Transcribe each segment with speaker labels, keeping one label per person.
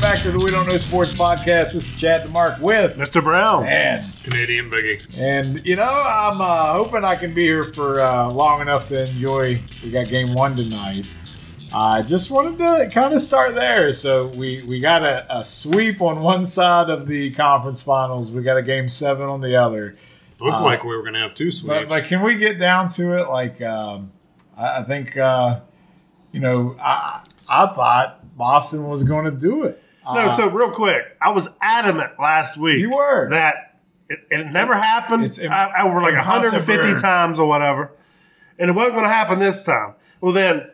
Speaker 1: back to the We Don't Know Sports podcast. This is Chad and Mark with
Speaker 2: Mr. Brown.
Speaker 1: and
Speaker 3: Canadian boogie.
Speaker 1: and you know I'm uh, hoping I can be here for uh, long enough to enjoy. We got game one tonight. I just wanted to kind of start there. So we we got a, a sweep on one side of the conference finals. We got a game seven on the other.
Speaker 3: Looked like we were going to have two sweeps.
Speaker 1: But, but can we get down to it? Like, um, I, I think, uh, you know, I, I thought Boston was going to do it.
Speaker 2: No, so real quick, I was adamant last week.
Speaker 1: You were.
Speaker 2: that it, it never happened.
Speaker 1: It's
Speaker 2: It's
Speaker 1: im-
Speaker 2: over like 150
Speaker 1: impossible.
Speaker 2: times or whatever, and it wasn't going to happen this time. Well, then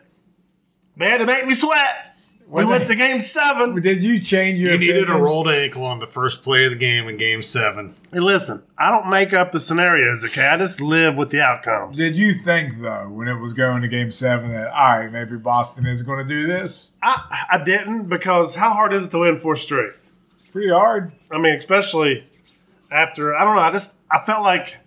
Speaker 2: they had to make me sweat. We
Speaker 1: When
Speaker 2: went
Speaker 1: they-
Speaker 2: to game seven.
Speaker 1: Did you change your
Speaker 3: you needed a
Speaker 1: opinion?
Speaker 3: rolled ankle on the first play of the game in game seven.
Speaker 2: Hey, listen, I don't make up the scenarios. Okay, I just live with the outcomes.
Speaker 1: Did you think, though, when it was going to game seven, that, all right, maybe Boston is going to do this?
Speaker 2: I, I didn't because how hard is it to win four straight?
Speaker 1: It's pretty hard.
Speaker 2: I mean, especially after I don't know. I just I felt like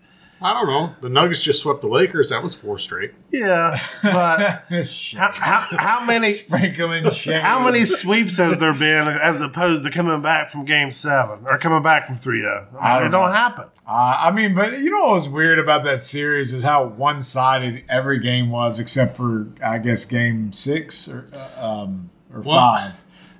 Speaker 3: I don't know. The Nuggets just swept the Lakers. That was four straight.
Speaker 2: yeah, but how,
Speaker 1: Shit.
Speaker 2: how, how many
Speaker 1: Sprinkling shade.
Speaker 2: How many sweeps has there been as opposed to coming back from game seven or coming back from 3 0?
Speaker 1: I don't
Speaker 2: It don't
Speaker 1: know.
Speaker 2: happen.
Speaker 1: Uh, I mean, but you know what was weird about that series is how one sided every game was, except for, I guess, game six or, uh, um, or
Speaker 3: Well-
Speaker 1: five.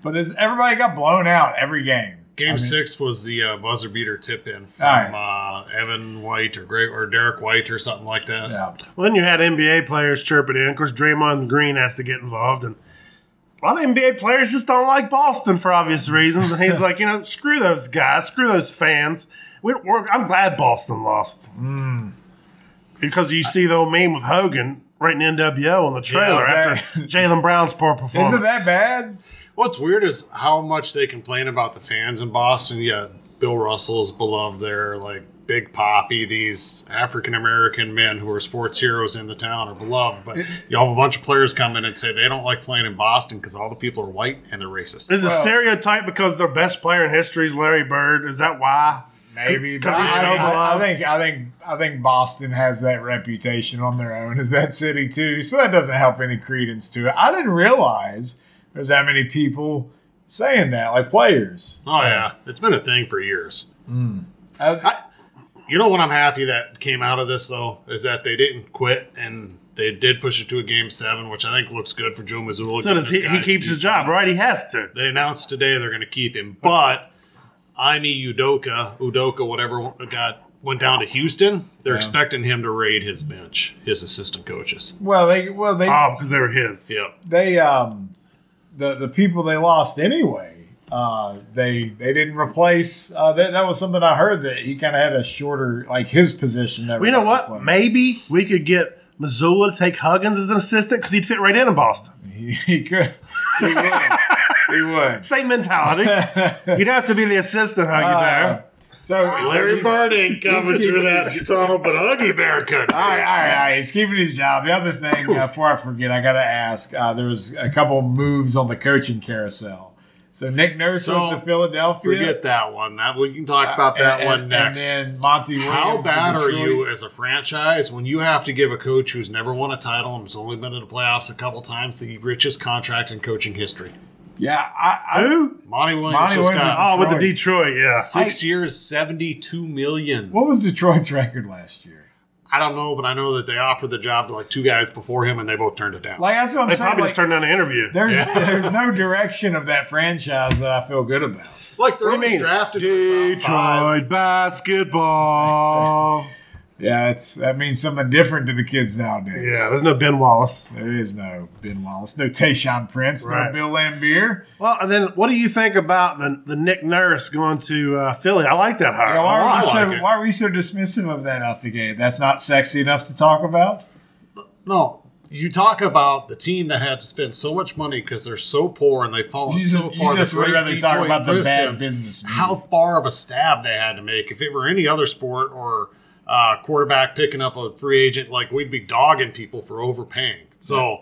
Speaker 1: But it's, everybody got blown out every game.
Speaker 3: Game six was the uh, buzzer beater tip in from
Speaker 1: All
Speaker 3: uh, Evan White or Greg, or Derek White or something like that.
Speaker 1: Yeah.
Speaker 2: Well, then you had NBA players chirping in. Of course, Draymond Green has to get involved. And a lot of NBA players just don't like Boston for obvious reasons. And he's like, you know, screw those guys, screw those fans. We, we're, I'm glad Boston lost.
Speaker 1: Hmm.
Speaker 2: Because you see the old meme with Hogan writing NWO on the trailer
Speaker 1: Yeah,
Speaker 2: after Jalen Brown's poor performance.
Speaker 1: Isn't that bad?
Speaker 3: What's weird is how much they complain about the fans in Boston. Yeah, Bill Russell's beloved there, like Big Poppy, these African American men who are sports heroes in the town are beloved. But you have a bunch of players come in and say they don't like playing in Boston because all the people are white and they're racist.
Speaker 2: Is it
Speaker 1: Well-
Speaker 2: stereotype because their best player in history is Larry Bird? Is that why?
Speaker 1: Maybe. But
Speaker 2: 'Cause he's
Speaker 1: I,
Speaker 2: so
Speaker 1: I- I,
Speaker 2: beloved.
Speaker 1: think I think I think Boston has that reputation on their own as that city too. So that doesn't help any credence to it. I didn't realize there's that many people saying that, like players.
Speaker 3: Oh yeah, it's been a thing for years.
Speaker 1: I-
Speaker 3: You know what I'm happy that came out of this though is that they didn't quit and they did push it to a game seven, which I think looks good for Joe Mazzulla.
Speaker 2: So does he, he keeps his job, right? He has to.
Speaker 3: They announced today they're going to keep him, but Ime Udoka, Udoka, whatever, got went down to Houston. They're expecting him to raid his bench, his assistant coaches.
Speaker 1: well, they well they
Speaker 2: Oh, because they were his.
Speaker 3: Yep.
Speaker 1: they um the the people they lost anyway. Uh, they they didn't replace. Uh, that that was something I heard that he kind of had a shorter like his position. That
Speaker 2: Well, you know what?
Speaker 1: replaced.
Speaker 2: Maybe we could get Missoula to take Huggins as an assistant because he'd fit right in in Boston.
Speaker 1: he, he could he would he would.
Speaker 2: Same mentality. You'd have to be the assistant Huggy
Speaker 1: Uh,
Speaker 2: Bear.
Speaker 1: so so he's-
Speaker 3: ain't
Speaker 1: coming through keeping-
Speaker 3: that tunnel, but Huggy Bear could.
Speaker 1: All right, all right, all right. He's keeping his job. The other thing, uh, before I forget, I got to ask. Uh, there was a couple moves on the coaching carousel. So Nick Nurse
Speaker 3: So,
Speaker 1: went to Philadelphia.
Speaker 3: Forget that one. That we can talk about that
Speaker 1: And-
Speaker 3: one
Speaker 1: and-
Speaker 3: next.
Speaker 1: And then Monty Williams.
Speaker 3: How
Speaker 1: to
Speaker 3: bad are
Speaker 1: Detroit.
Speaker 3: you as a franchise when you have to give a coach who's never won a title and has only been in the playoffs a couple times the richest contract in coaching history?
Speaker 1: Yeah, I, I
Speaker 2: Who?
Speaker 3: Monty Williams
Speaker 1: Monty
Speaker 3: just
Speaker 1: Williams-
Speaker 3: got
Speaker 2: Oh, with the Detroit, yeah.
Speaker 3: six years, seventy-two million.
Speaker 1: What was Detroit's record last year?
Speaker 3: I don't know, but I know that they offered the job to like two guys before him, and they both turned it down.
Speaker 1: Like that's what I'm
Speaker 2: They
Speaker 1: saying.
Speaker 2: probably
Speaker 1: Like,
Speaker 2: just turned down the interview.
Speaker 1: there's
Speaker 3: Yeah.
Speaker 1: there's no direction of that franchise that I feel good about.
Speaker 3: Like they're
Speaker 2: What do you
Speaker 3: always
Speaker 2: mean?
Speaker 3: drafted. for the top five.
Speaker 2: Detroit basketball.
Speaker 1: Yeah, it's that means something different to the kids nowadays.
Speaker 2: Yeah, there's no Ben Wallace.
Speaker 1: There is no Ben Wallace, no Tayshawn Prince, no
Speaker 2: Right.
Speaker 1: Bill Lambier.
Speaker 2: Well, and then what do you think about the, the Nick Nurse going to uh, Philly? I like that hire. Oh,
Speaker 1: Yeah, why,
Speaker 2: I
Speaker 1: are
Speaker 2: like
Speaker 1: we
Speaker 2: it.
Speaker 1: so,
Speaker 3: it.
Speaker 1: why are we so dismissive of that out the gate? That's not sexy enough to talk about.
Speaker 3: No, you talk about the team that had to spend so much money because they're so poor and they've fallen
Speaker 1: You just-
Speaker 3: so
Speaker 1: you
Speaker 3: far.
Speaker 1: just
Speaker 3: The
Speaker 1: would
Speaker 3: great
Speaker 1: rather talk
Speaker 3: Detroit
Speaker 1: about the bad
Speaker 3: Pistons,
Speaker 1: business, man.
Speaker 3: How far of a stab they had to make. If it were any other sport or uh, quarterback picking up a free agent, like we'd be dogging people for overpaying. So.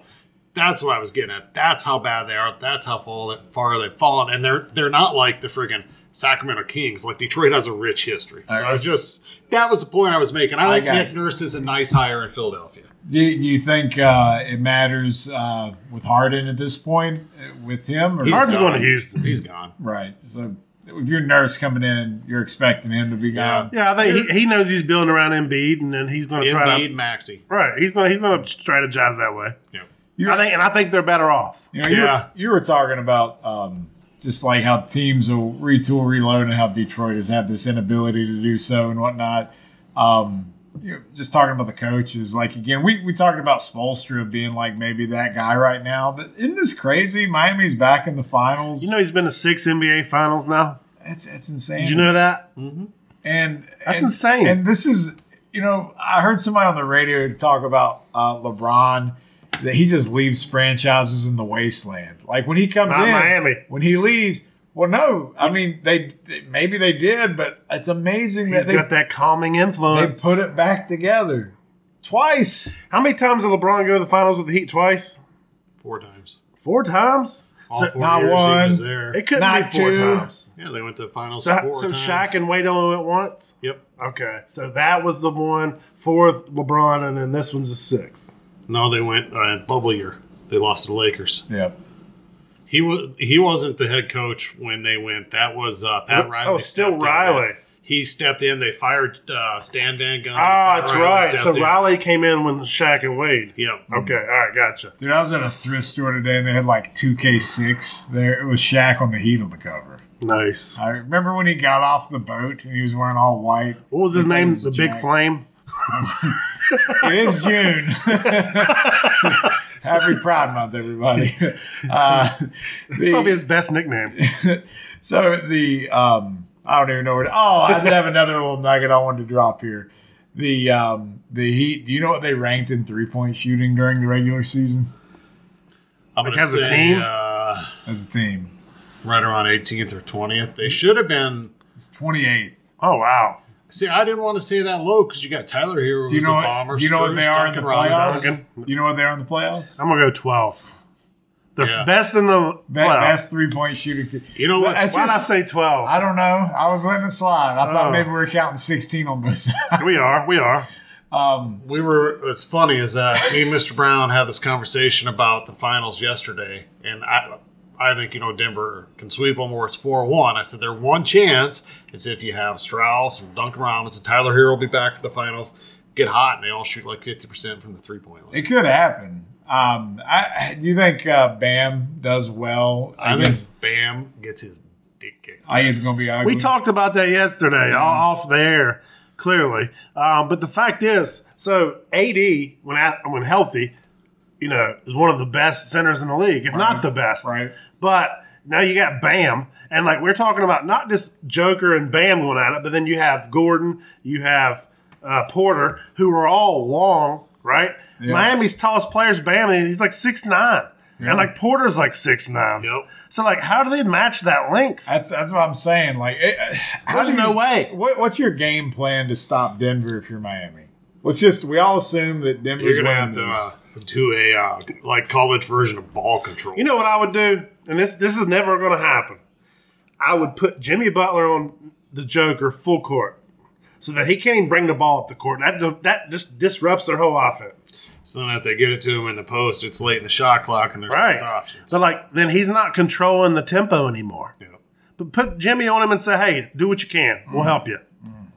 Speaker 3: That's what I was getting at. That's how bad they are. That's how fall- far they've fallen, and they're they're not like the friggin' Sacramento Kings. Like Detroit has a rich history. So I was just that was the point I was making. I, think
Speaker 1: got
Speaker 3: Nick
Speaker 1: it.
Speaker 3: Nurse is a nice hire in Philadelphia.
Speaker 1: Do you, do you think uh, it matters uh, with Harden at this point uh, with him? Or
Speaker 3: He's
Speaker 2: Harden's
Speaker 3: gone.
Speaker 2: going to Houston.
Speaker 3: He's gone.
Speaker 1: right. So if your nurse coming in, you're expecting him to be gone.
Speaker 2: Yeah, I think he, he knows he's building around Embiid, and then he's going to try
Speaker 3: Embiid,
Speaker 2: to
Speaker 3: Maxi.
Speaker 2: right. He's going he's going to strategize that way.
Speaker 3: Yeah.
Speaker 1: You're-
Speaker 2: I think, and I think they're better off.
Speaker 1: You know, you,
Speaker 3: Yeah.
Speaker 1: were, you were talking about um, just like how teams will retool, reload, and how Detroit has had this inability to do so and whatnot. Um, you know, just talking about the coaches, like again, we, we talked about Spolstra being like maybe that guy right now, but isn't this crazy? Miami's back in the finals.
Speaker 2: You know, he's been to six NBA Finals now.
Speaker 1: that's that's insane.
Speaker 2: Did you know that?
Speaker 1: and
Speaker 2: That's
Speaker 1: and-
Speaker 2: insane.
Speaker 1: And this is, you know, I heard somebody on the radio talk about uh, LeBron that he just leaves franchises in the wasteland. Like when he comes
Speaker 2: Not
Speaker 1: in,
Speaker 2: Miami.
Speaker 1: when he leaves. Well, no, I mean they, they- maybe they did, but it's amazing
Speaker 2: He's
Speaker 1: that
Speaker 2: got
Speaker 1: they,
Speaker 2: that calming
Speaker 1: they
Speaker 2: influence.
Speaker 1: put it back together twice.
Speaker 2: How many times did LeBron go to the finals with the Heat twice?
Speaker 3: Four times.
Speaker 2: Four times.
Speaker 3: All
Speaker 2: So-
Speaker 3: four
Speaker 1: not
Speaker 3: years
Speaker 1: one.
Speaker 3: he was there.
Speaker 2: It couldn't
Speaker 1: Not
Speaker 2: be four
Speaker 1: two.
Speaker 2: times.
Speaker 3: yeah, they went to the finals
Speaker 2: So,
Speaker 3: four
Speaker 2: so
Speaker 3: times.
Speaker 2: Shaq and Wade only went once.
Speaker 3: Yep.
Speaker 2: Okay, so that was the one fourth LeBron, and then this one's the sixth.
Speaker 3: No, they went uh, bubble year. They lost to the Lakers.
Speaker 1: Yep.
Speaker 3: He was he wasn't the head coach when they went. That was uh, Pat
Speaker 2: Oh,
Speaker 3: Riley.
Speaker 2: still
Speaker 3: stepped in.
Speaker 2: Riley.
Speaker 3: He stepped in. They fired uh, Stan Van Gundy.
Speaker 2: Ah,
Speaker 3: Pat
Speaker 2: that's
Speaker 3: Riley
Speaker 2: right.
Speaker 3: stepped
Speaker 2: So
Speaker 3: in.
Speaker 2: Riley came in when Shaq and Wade.
Speaker 3: Yep.
Speaker 2: Okay, all right, gotcha.
Speaker 1: Dude, I was at a thrift store today and they had like 2K6 there. It was Shaq on the Heat on the cover.
Speaker 2: Nice.
Speaker 1: I remember when he got off the boat and he was wearing all white.
Speaker 2: What was his
Speaker 1: His
Speaker 2: name?
Speaker 1: name's
Speaker 2: The Big
Speaker 1: Jack.
Speaker 2: Flame.
Speaker 1: It is June. Happy Pride Month, everybody. Uh,
Speaker 2: It's probably
Speaker 1: the-
Speaker 2: his best nickname.
Speaker 1: so the um, I don't even know where. To, oh, I did have another little nugget I wanted to drop here. The um, the Heat. Do you know what they ranked in three point shooting during the regular season
Speaker 3: I'm
Speaker 2: Like,
Speaker 3: gonna
Speaker 2: as a
Speaker 3: say,
Speaker 2: team?
Speaker 3: uh,
Speaker 1: as a team?
Speaker 3: right around 18th or 20th. They should have been.
Speaker 1: It's twenty eight.
Speaker 2: Oh wow,
Speaker 3: See, I didn't want to say that low because you got Tyler here, who's
Speaker 1: Do you know
Speaker 3: a
Speaker 1: what?
Speaker 3: bomber.
Speaker 1: Do you know what
Speaker 3: Struce,
Speaker 1: they are in the
Speaker 3: Duncan Robinson.
Speaker 1: playoffs?
Speaker 2: Duncan.
Speaker 1: You know what they are in the playoffs?
Speaker 2: I'm gonna go twelve. The
Speaker 3: Yeah.
Speaker 2: best in the
Speaker 1: Be-
Speaker 2: well,
Speaker 1: Best three point shooting. T-
Speaker 3: You know what's
Speaker 1: That's
Speaker 2: Why'd I
Speaker 1: just-
Speaker 2: say twelve?
Speaker 1: I don't know. I was letting it slide. I
Speaker 2: Oh.
Speaker 1: thought maybe we were counting sixteen on both sides.
Speaker 2: we are. We are.
Speaker 1: Um,
Speaker 3: we were what's funny is that me and mr brown had this conversation about the finals yesterday and i i think you know denver can sweep them or it's 4-1 i said their one chance is if you have strauss and duncan robinson tyler hero will be back for the finals get hot and they all shoot like 50% from the three-point line
Speaker 1: It could happen. Um, I do you think uh, Bam does well?
Speaker 3: i think
Speaker 1: against-
Speaker 3: bam gets his dick kicked
Speaker 1: I think it's going to be ugly.
Speaker 2: We talked about that yesterday,
Speaker 1: Mm-hmm.
Speaker 2: all off there, clearly. Um, but the fact is, so AD when at, when healthy, you know, is one of the best centers in the league, if not the best.
Speaker 1: right.
Speaker 2: But now you got Bam, and like we're talking about not just Joker and Bam going at it, but then you have Gordon, you have uh, Porter, who are all long, right? Miami's tallest player's Bam, and he's like six nine, and like Porter's like six nine.
Speaker 3: Yep.
Speaker 2: So like, how do they match that length?
Speaker 1: That's that's what I'm saying. Like, it, uh, how
Speaker 2: There's
Speaker 1: do you-
Speaker 2: no way.
Speaker 1: What, what's your game plan to stop Denver if you're Miami? Let's just we all assume that Denver's
Speaker 3: you're gonna
Speaker 1: winning
Speaker 3: have to
Speaker 1: this.
Speaker 3: uh, do a uh, like college version of ball control
Speaker 2: You know what I would do, and this this is never going to happen. I would put Jimmy Butler on the Joker full court, so that he can't even bring the ball up the court. That that just disrupts their whole offense,
Speaker 3: so then if they get it to him in the post it's late in the shot clock and there's less options
Speaker 2: So like, then he's not controlling the tempo anymore.
Speaker 3: Yeah.
Speaker 2: But put Jimmy on him and say, "Hey, do what you can. We'll help you."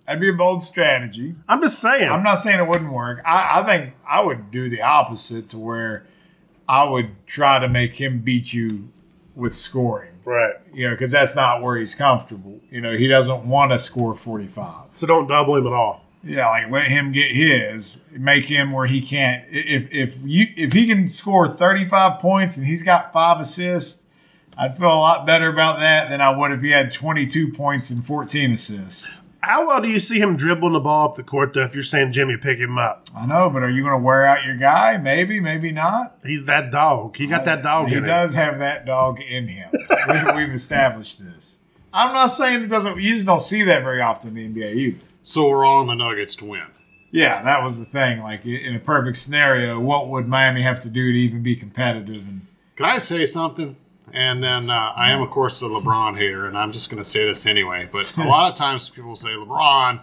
Speaker 1: That'd be a bold strategy.
Speaker 2: I'm just saying.
Speaker 1: I'm not saying it wouldn't work. I, I think I would do the opposite to where I would try to make him beat you with scoring.
Speaker 2: right.
Speaker 1: You know, because that's not where he's comfortable. You know, he doesn't want to score 45.
Speaker 2: So don't double him at all.
Speaker 1: Yeah, like let him get his, make him where he can't. i- If if you if he can score thirty five points and he's got five assists, I'd feel a lot better about that than I would if he had twenty two points and fourteen assists.
Speaker 2: How well do you see him dribbling the ball up the court though? If you're saying Jimmy pick him up,
Speaker 1: I know, but are you going to wear out your guy? Maybe, maybe not.
Speaker 2: he's that dog. He got that dog.
Speaker 1: He
Speaker 2: in him.
Speaker 1: does have that dog in him. we, we've established this. I'm not saying it doesn't. You just don't see that very often in the NBA either.
Speaker 3: so we're all on the nuggets to win
Speaker 1: Yeah, that was the thing. Like i- in a perfect scenario, what would Miami have to do to even be competitive? And
Speaker 3: Can I say something? And then uh, I am, of course, a LeBron hater, and I'm just going to say this anyway. But a lot of times people say LeBron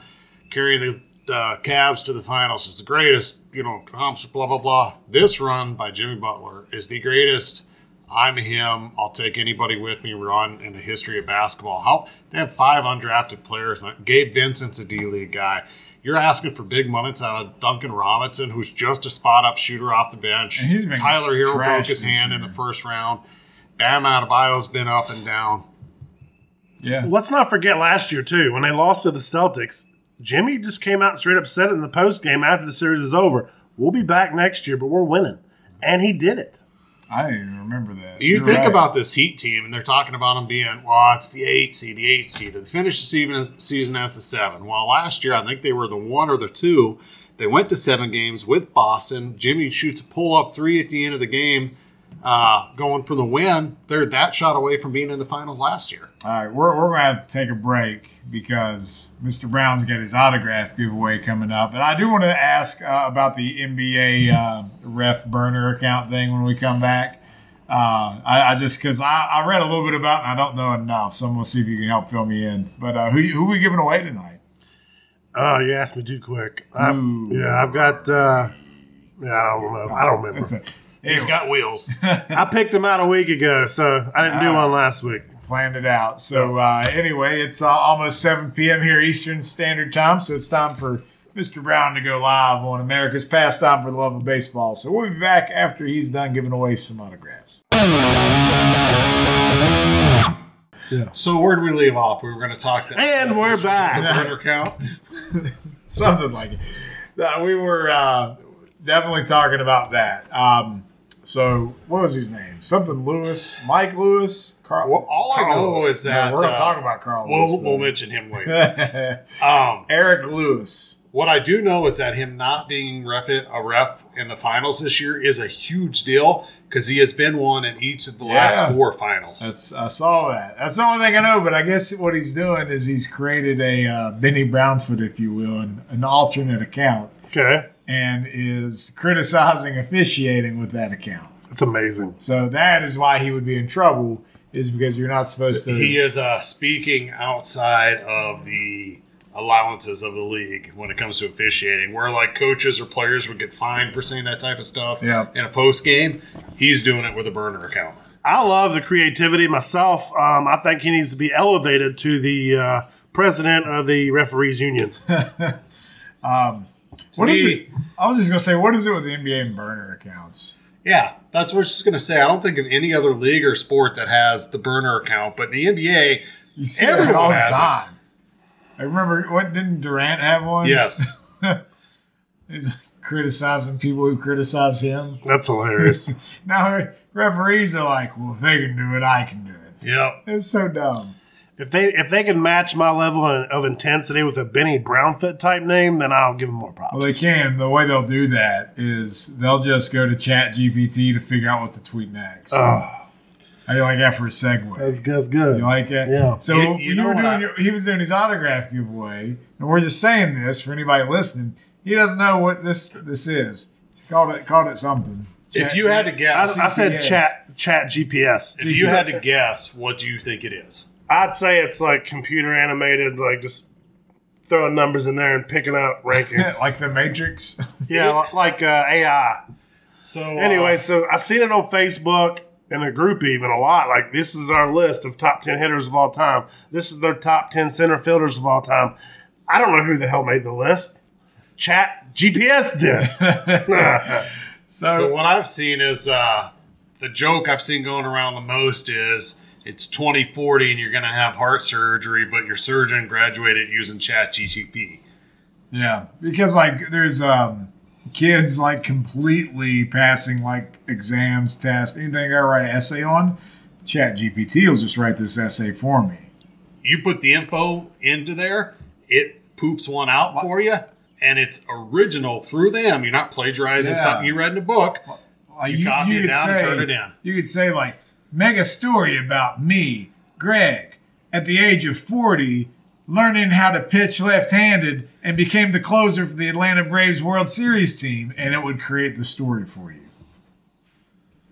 Speaker 3: carrying the uh, Cavs to the finals is the greatest, you know, accomplishment, blah, blah, blah. This run by Jimmy Butler is the greatest. I'm him. I'll take anybody with me run in the history of basketball. How they have five undrafted players. Uh, Gabe Vincent's a D League guy. You're asking for big minutes out of Duncan Robinson, who's just a spot up shooter off the bench.
Speaker 1: And he's been
Speaker 3: Tyler Hero
Speaker 1: trash
Speaker 3: broke his
Speaker 1: this
Speaker 3: hand in
Speaker 1: year.
Speaker 3: the first round. Bam Adebayo's been up and down.
Speaker 1: Yeah.
Speaker 2: Let's not forget last year too when they lost to the Celtics. Jimmy just came out and straight up said it in the post game after the series is over. We'll be back next year, but we're winning, and he did it.
Speaker 1: I didn't even remember that.
Speaker 3: You
Speaker 1: You're
Speaker 3: think
Speaker 1: right.
Speaker 3: about this Heat team, and they're talking about them being, well, it's the eight seed, the eight seed. They finished the season, season as the seven. While last year, I think they were the one or the two. They went to seven games with Boston. Jimmy shoots a pull up three at the end of the game, uh, going for the win. They're that shot away from being in the finals last year.
Speaker 1: All right, we're, we're going to have to take a break because Mr. Brown's got his autograph giveaway coming up. And I do want to ask uh, about the NBA uh, ref burner account thing when we come back. Uh, I, I just, because I, I read a little bit about it and I don't know enough. So I'm going to see if you can help fill me in. But uh, who, who we giving away tonight?
Speaker 2: Oh, you asked me too quick. i
Speaker 1: Ooh.
Speaker 2: yeah, I've got. Uh, yeah, I don't know. I don't remember.
Speaker 1: It's a,
Speaker 3: He's
Speaker 1: anyway.
Speaker 3: got wheels.
Speaker 2: I picked him out a week ago, so I didn't do one last week.
Speaker 1: planned it out. So uh, anyway, it's uh, almost 7 p.m. here Eastern Standard Time, so it's time for Mr. Brown to go live on America's Pastime for the Love of Baseball. So we'll be back after he's done giving away some autographs.
Speaker 3: so, where did we leave off? We were going to talk that.
Speaker 2: And we're back.
Speaker 3: Burner count.
Speaker 1: Something like it. Uh, we were uh, definitely talking about that. Um, so what was his name? Something Lewis, Mike Lewis, Carl.
Speaker 3: Well, all I know
Speaker 1: Carlos.
Speaker 3: is that,
Speaker 1: No, we're not
Speaker 3: uh,
Speaker 1: talking about Carl.
Speaker 3: We'll,
Speaker 1: Lewis,
Speaker 3: we'll
Speaker 1: though.
Speaker 3: mention him later. Um,
Speaker 1: Eric Lewis.
Speaker 3: What I do know is that him not being ref- a ref in the finals this year is a huge deal because he has been one in each of the
Speaker 1: Yeah.
Speaker 3: last four finals.
Speaker 1: That's I saw that. That's the only thing I know. But I guess what he's doing is he's created a uh, Benny Brownfoot, if you will, an, an alternate account,
Speaker 2: Okay,
Speaker 1: and is criticizing officiating with that account.
Speaker 2: it's amazing.
Speaker 1: So that is why he would be in trouble. Is because you're not supposed to.
Speaker 3: he is uh, speaking outside of the allowances of the league when it comes to officiating, where like coaches or players would get fined for saying that type of stuff
Speaker 1: Yeah.
Speaker 3: in a post game. He's doing it with a burner account.
Speaker 2: I love the creativity myself. Um, I think he needs to be elevated to the uh, president of the referees union.
Speaker 1: what is
Speaker 3: me-
Speaker 1: it? I was just gonna say, what is it with the NBA and burner accounts?
Speaker 3: Yeah, that's what I was just going to say. I don't think of any other league or sport that has the burner account, but in the NBA,
Speaker 1: You see that
Speaker 3: Everyone
Speaker 1: all the
Speaker 3: has it.
Speaker 1: time. I remember what didn't Durant have one?
Speaker 3: yes.
Speaker 1: he's criticizing people who criticize him.
Speaker 2: That's hilarious.
Speaker 1: Now referees are like, well, if they can do it, I can do it.
Speaker 3: yep.
Speaker 1: It's so dumb.
Speaker 2: if they if they can match my level of intensity with a Benny Brownfoot type name, then I'll give him more props.
Speaker 1: Well, they can. The way they'll do that is they'll just go to Chat GPT to figure out what to tweet next.
Speaker 2: Oh,
Speaker 1: How do you like that for a segue?
Speaker 2: that's, that's good.
Speaker 1: you like that?
Speaker 2: Yeah.
Speaker 1: So
Speaker 3: You- you
Speaker 1: when you,
Speaker 3: know
Speaker 1: were
Speaker 3: what
Speaker 1: doing
Speaker 3: I-
Speaker 1: your, he was doing his autograph giveaway, and we're just saying this for anybody listening. He doesn't know what this this is. He called it called it something.
Speaker 3: If you had to
Speaker 2: I,
Speaker 3: guess,
Speaker 2: I said
Speaker 1: GPS.
Speaker 2: chat chat GPS.
Speaker 3: If you had to guess, what do you think it is?
Speaker 2: I'd say it's like computer animated, like just throwing numbers in there and picking out rankings.
Speaker 1: like the Matrix.
Speaker 2: yeah, li- like uh, AI.
Speaker 3: So
Speaker 2: Anyway,
Speaker 3: uh,
Speaker 2: so I've seen it on Facebook in a group even a lot. Like this is our list of top ten hitters of all time. This is their top ten center fielders of all time. I don't know who the hell made the list. Chat GPS did.
Speaker 3: so what I've seen is uh, the joke I've seen going around the most is it's 2040 and you're going to have heart surgery, but your surgeon graduated using Chat GTP.
Speaker 1: Yeah, because like there's um kids like completely passing like exams, tests, anything I write an essay on, Chat GPT will just write this essay for me.
Speaker 3: You put the info into there, it poops one out for you, and it's original through them. You're not plagiarizing
Speaker 1: Yeah.
Speaker 3: something you read in a book.
Speaker 1: Like,
Speaker 3: You copy it down and turn it in.
Speaker 1: You could say like, make a story about me, Greg, at the age of forty, learning how to pitch left-handed, and became the closer for the Atlanta Braves World Series team, and it would create the story for you.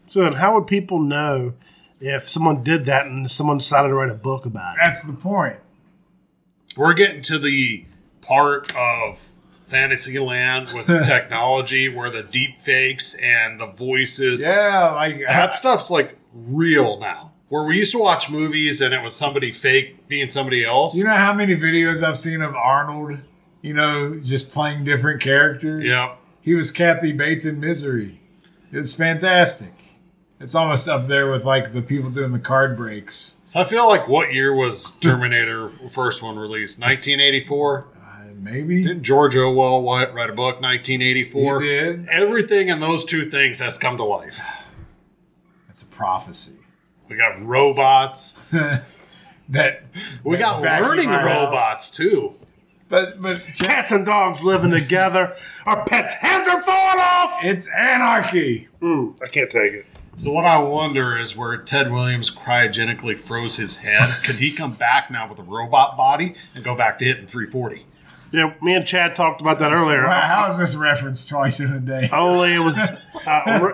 Speaker 2: so then how would people know if someone did that and someone decided to write a book about it?
Speaker 1: That's the point.
Speaker 3: We're getting to the part of fantasy land with technology where the deep fakes and the voices.
Speaker 1: Yeah, like
Speaker 3: That stuff's like real now. Where we used to watch movies and it was somebody fake being somebody else.
Speaker 1: You know how many videos I've seen of Arnold, you know, just playing different characters?
Speaker 3: Yep.
Speaker 1: He was Kathy Bates in Misery. It's fantastic. It's almost up there with like the people doing the card breaks.
Speaker 3: So I feel like what year was Terminator first one released? 1984.
Speaker 1: Uh, maybe.
Speaker 3: Didn't George Orwell write write a book?
Speaker 1: He
Speaker 3: 1984.
Speaker 1: did.
Speaker 3: Everything in those two things has come to life.
Speaker 1: It's a prophecy.
Speaker 3: We got robots.
Speaker 1: That
Speaker 3: We got
Speaker 1: Vacuum
Speaker 3: learning
Speaker 1: our house.
Speaker 3: robots too.
Speaker 1: but but
Speaker 2: Cats and dogs living together. Our pets' heads are falling off.
Speaker 1: it's anarchy.
Speaker 2: Mm, I can't take it.
Speaker 3: So what I wonder is where Ted Williams cryogenically froze his head. Could he come back now with a robot body and go back to hitting 340?
Speaker 2: Yeah, me and Chad talked about that earlier.
Speaker 1: Wow, how is this referenced twice in a day?
Speaker 2: Only it was. Uh,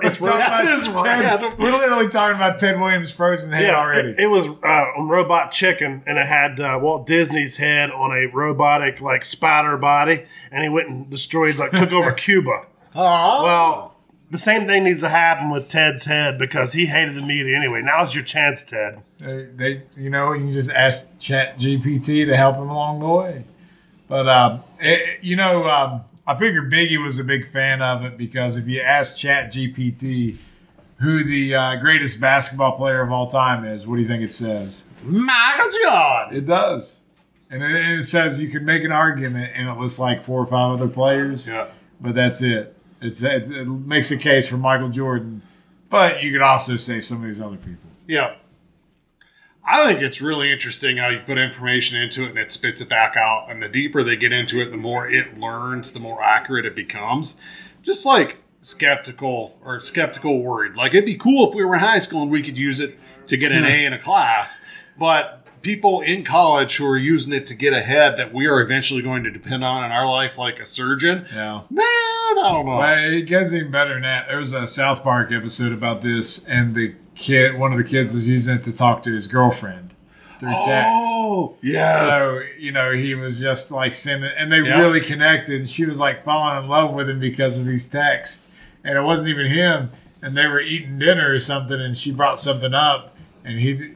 Speaker 2: it's
Speaker 1: We're talking about
Speaker 3: That is
Speaker 1: Ted-
Speaker 3: random.
Speaker 1: we're literally talking about Ted Williams' frozen head
Speaker 2: Yeah,
Speaker 1: already.
Speaker 2: It, it was uh, on Robot Chicken, and it had uh, Walt Disney's head on a robotic like spider body, and he went and destroyed like took over Cuba.
Speaker 3: Oh,
Speaker 2: Well, the same thing needs to happen with Ted's head because he hated the media anyway. Now's your chance, Ted.
Speaker 1: They, they, you know, you can just ask Chat GPT to help him along the way. But um, it, you know, um, I figured Biggie was a big fan of it because if you ask Chat GPT who the uh, greatest basketball player of all time is, what do you think it says?
Speaker 3: Michael Jordan.
Speaker 1: It does, and it, and it says you can make an argument, and it lists like four or five other players.
Speaker 3: Yeah.
Speaker 1: But that's it. It's, it's it makes a case for Michael Jordan, but you could also say some of these other people.
Speaker 3: Yeah. I think it's really interesting how you put information into it and it spits it back out. And the deeper they get into it, the more it learns, the more accurate it becomes. Just like skeptical or skeptical worried. Like it'd be cool if we were in high school and we could use it to get an A in a class. But people in college who are using it to get ahead that we are eventually going to depend on in our life, like a surgeon,
Speaker 1: Yeah.
Speaker 3: man, I don't know.
Speaker 1: Well, it gets even better than that. There was a South Park episode about this, and the kid, one of the kids, was using it to talk to his girlfriend through
Speaker 3: Oh, yes.
Speaker 1: text. So you know, he was just like sending, and they
Speaker 3: Yeah.
Speaker 1: really connected. And she was like falling in love with him because of these texts, and it wasn't even him. And they were eating dinner or something, and she brought something up, and he,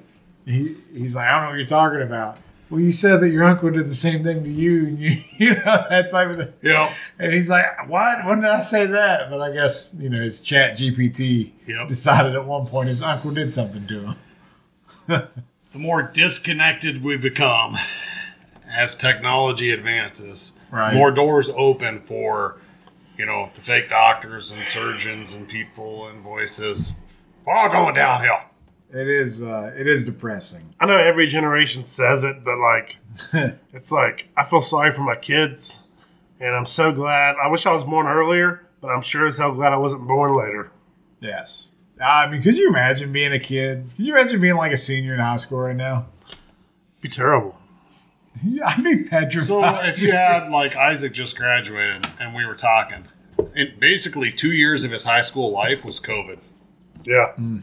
Speaker 1: he, he's like, I don't know what you're talking about. Well, you said that your uncle did the same thing to you, and you, you know, that type of thing.
Speaker 3: yeah.
Speaker 1: And he's like, "What? When did I say that?" But I guess you know his Chat GPT
Speaker 3: Yep.
Speaker 1: decided at one point his uncle did something to him.
Speaker 3: the more disconnected we become as technology advances,
Speaker 1: Right.
Speaker 3: more doors open for, you know, the fake doctors and surgeons and people and voices. We're all going downhill.
Speaker 1: It is uh, it is depressing.
Speaker 2: I know every generation says it, but like, it's like I feel sorry for my kids, and I'm so glad. I wish I was born earlier, but I'm sure as hell glad I wasn't born later.
Speaker 1: Yes, I mean, could you imagine being a kid? Could you imagine being like a senior in high school right now?
Speaker 2: be terrible.
Speaker 1: Yeah, I'd be petrified.
Speaker 3: So if you had like Isaac just graduated and we were talking, it basically two years of his high school life was COVID.
Speaker 2: Yeah.
Speaker 1: Mm.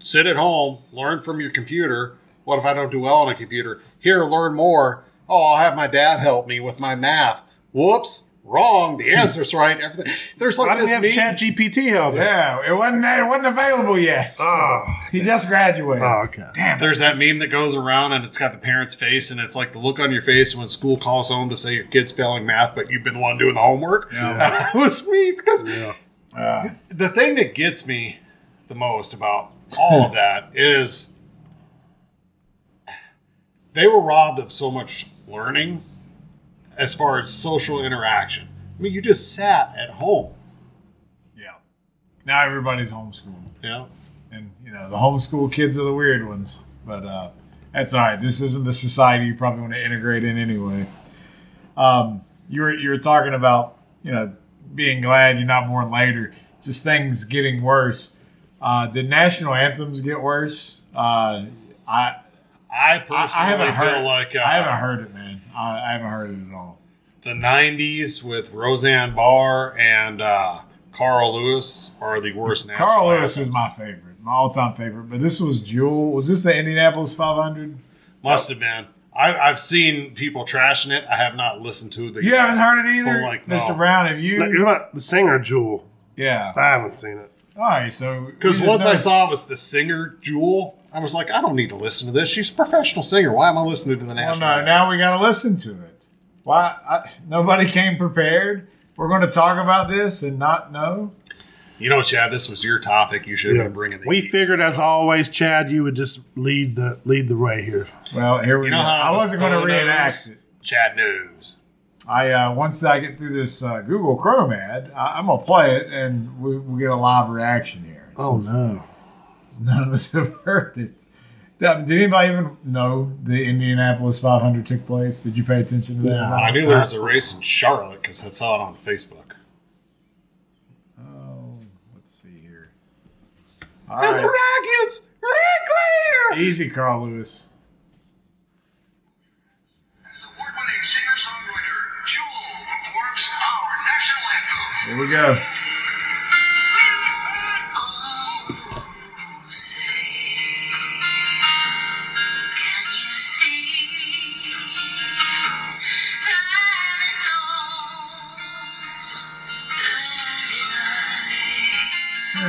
Speaker 3: Sit at home, learn from your computer. What if I don't do well on a computer? Here, learn more. Oh, I'll have my dad help me with my math. Whoops, wrong. The answer's right. Everything. There's
Speaker 2: Why
Speaker 3: like
Speaker 2: didn't
Speaker 3: this
Speaker 2: we have
Speaker 3: meme-
Speaker 2: Chat GPT help?
Speaker 1: yeah, it wasn't it wasn't available yet.
Speaker 2: Oh,
Speaker 1: he just graduated.
Speaker 2: oh, okay.
Speaker 3: There's that meme that goes around and it's got the parent's face and it's like the look on your face when school calls home to say your kid's failing math, but you've been the one doing the homework. That was me. Because the thing that gets me the most about all of that is they were robbed of so much learning as far as social interaction. I mean, you just sat at home.
Speaker 1: yeah. Now everybody's homeschooled.
Speaker 3: You know?
Speaker 1: and you know the homeschool kids are the weird ones but uh, that's all right this isn't the society you probably want to integrate in anyway um, you were you were talking about you know being glad you're not born later just things getting worse uh, did national anthems get worse uh, I,
Speaker 3: I
Speaker 1: I
Speaker 3: personally
Speaker 1: I haven't
Speaker 3: feel
Speaker 1: heard
Speaker 3: like uh,
Speaker 1: I haven't heard it man I, I haven't heard it at all
Speaker 3: the 90s with Roseanne Barr and uh, Carl Lewis are the worst national
Speaker 1: Carl Lewis is
Speaker 3: anthems.
Speaker 1: my favorite my all time favorite but this was Jewel was this the Indianapolis 500
Speaker 3: Must have been. I, I've seen people trashing it. I have not listened to the.
Speaker 1: You haven't heard it either,
Speaker 3: Full, like, no.
Speaker 1: Mr. Brown. Have you?
Speaker 2: Like, You're not the singer, Jewel.
Speaker 1: yeah.
Speaker 2: I haven't seen it.
Speaker 1: All right. So we
Speaker 3: Because
Speaker 1: just
Speaker 3: once I
Speaker 1: noticed-
Speaker 3: saw it was the singer Jewel, I was like, I don't need to listen to this. She's a professional singer. Why am I listening to
Speaker 1: Well,
Speaker 3: the national?
Speaker 1: Oh, no,
Speaker 3: anthem?
Speaker 1: now we got to listen to it. Why? I, nobody came prepared. We're going to talk about this and not know.
Speaker 3: You know, Chad, this was your topic. You should have been bringing the.
Speaker 2: we
Speaker 3: heat.
Speaker 2: figured, as always, Chad, you would just lead the lead the way here.
Speaker 1: Well, here we
Speaker 3: You know
Speaker 1: go.
Speaker 3: how
Speaker 1: I
Speaker 3: was
Speaker 1: wasn't going to
Speaker 3: blowing those?
Speaker 1: reenact it.
Speaker 3: Chad knows.
Speaker 1: I uh, once I get through this uh, Google Chrome ad, I, I'm gonna play it and we, we get a live reaction here.
Speaker 3: Oh.
Speaker 1: Since
Speaker 2: no!
Speaker 1: none of us have heard it. Did did anybody even know the Indianapolis 500 took place? Did you pay attention to that?
Speaker 2: No.
Speaker 3: I knew there was a race in Charlotte because I saw it on Facebook.
Speaker 1: Oh, let's see here. All
Speaker 3: And the
Speaker 1: right,
Speaker 3: Rockets, Rick
Speaker 1: easy, Carl Lewis.
Speaker 4: As award-winning singer-songwriter Jewel performs our national anthem.
Speaker 1: Here we go.
Speaker 4: Oh, say, can you see that it dawns early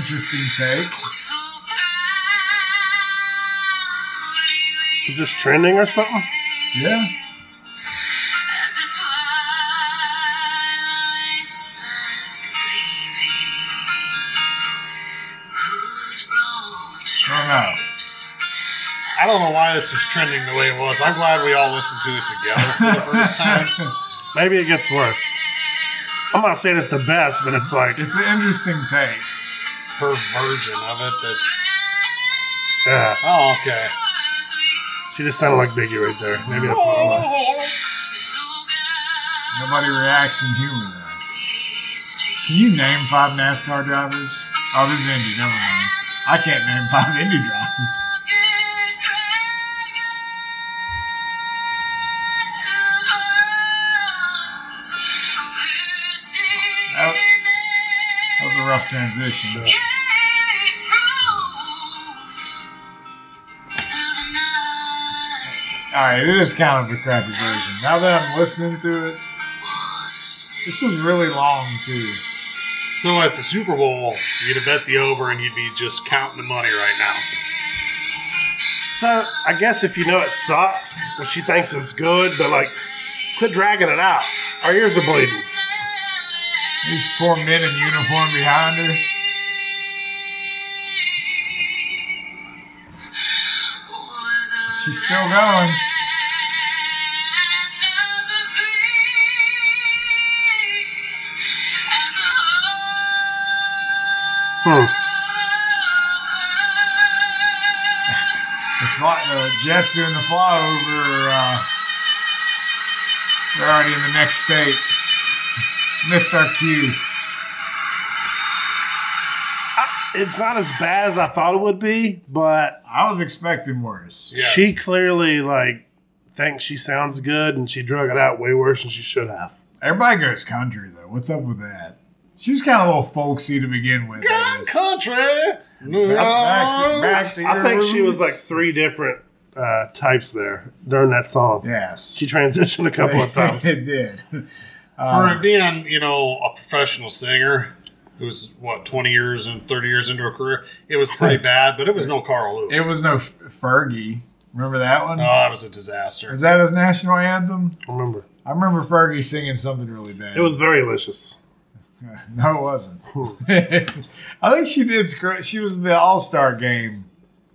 Speaker 4: night?
Speaker 1: Interesting take.
Speaker 4: So proudly we
Speaker 2: Is this trending or something?
Speaker 1: Yeah.
Speaker 4: At the twilight's last gleaming, whose broad
Speaker 1: Strung out.
Speaker 4: stripes
Speaker 3: I don't know why this was trending the way it was. I'm glad we all listened to it together for the first time.
Speaker 2: Maybe it gets worse. I'm not saying it's the best, but it's like,
Speaker 1: It's an interesting take.
Speaker 3: Her version of it. That's
Speaker 2: yeah.
Speaker 3: oh okay.
Speaker 4: as we
Speaker 2: She just sounded like Biggie right there. Maybe that's what it was.
Speaker 4: so gallantly
Speaker 1: Nobody reacts in humor though. Can you name five NASCAR drivers? Oh, this is Indy. Never mind. I can't name five Indy drivers.
Speaker 4: stroke its red guns, bursting
Speaker 1: That-
Speaker 4: in
Speaker 1: That was a rough transition.
Speaker 4: Through the night,
Speaker 1: All right, it is kind of a crappy version. Now that I'm listening to it, this is really long too.
Speaker 3: So at the Super Bowl, you'd have bet the over and you'd be just counting the money right now.
Speaker 2: So I guess if you know it sucks, well, she thinks it's good, but like, quit dragging it out. Our ears are bleeding.
Speaker 1: These poor men in uniform behind her. She's still going.
Speaker 2: Hmm.
Speaker 1: The, fly, the Jets doing the flyover. Uh, they're already in the next state. Missed our cue.
Speaker 2: It's not as bad as I thought it would be, but
Speaker 1: I was expecting worse.
Speaker 3: Yes.
Speaker 2: she clearly like thinks she sounds good, and she drug it out way worse than she should have.
Speaker 1: Everybody goes country though. What's up with that? She was kind of a little folksy to begin with. I guess.
Speaker 3: country.
Speaker 1: Back to- back to your
Speaker 2: I think she was like
Speaker 1: roots.
Speaker 2: three different uh, types there during that song.
Speaker 1: yes.
Speaker 2: She transitioned a couple of times.
Speaker 1: it did.
Speaker 3: for being, you know, a professional singer who's what twenty years and thirty years into a career, it was pretty bad. But it was no Carl Lewis.
Speaker 1: It was no F- Fergie. Remember that one?
Speaker 3: Oh, that was a disaster.
Speaker 1: Was that his national anthem?
Speaker 2: Remember,
Speaker 1: I remember Fergie singing something really bad.
Speaker 2: it was very delicious.
Speaker 1: no, it wasn't. I think she did. scr- She was in the All Star game,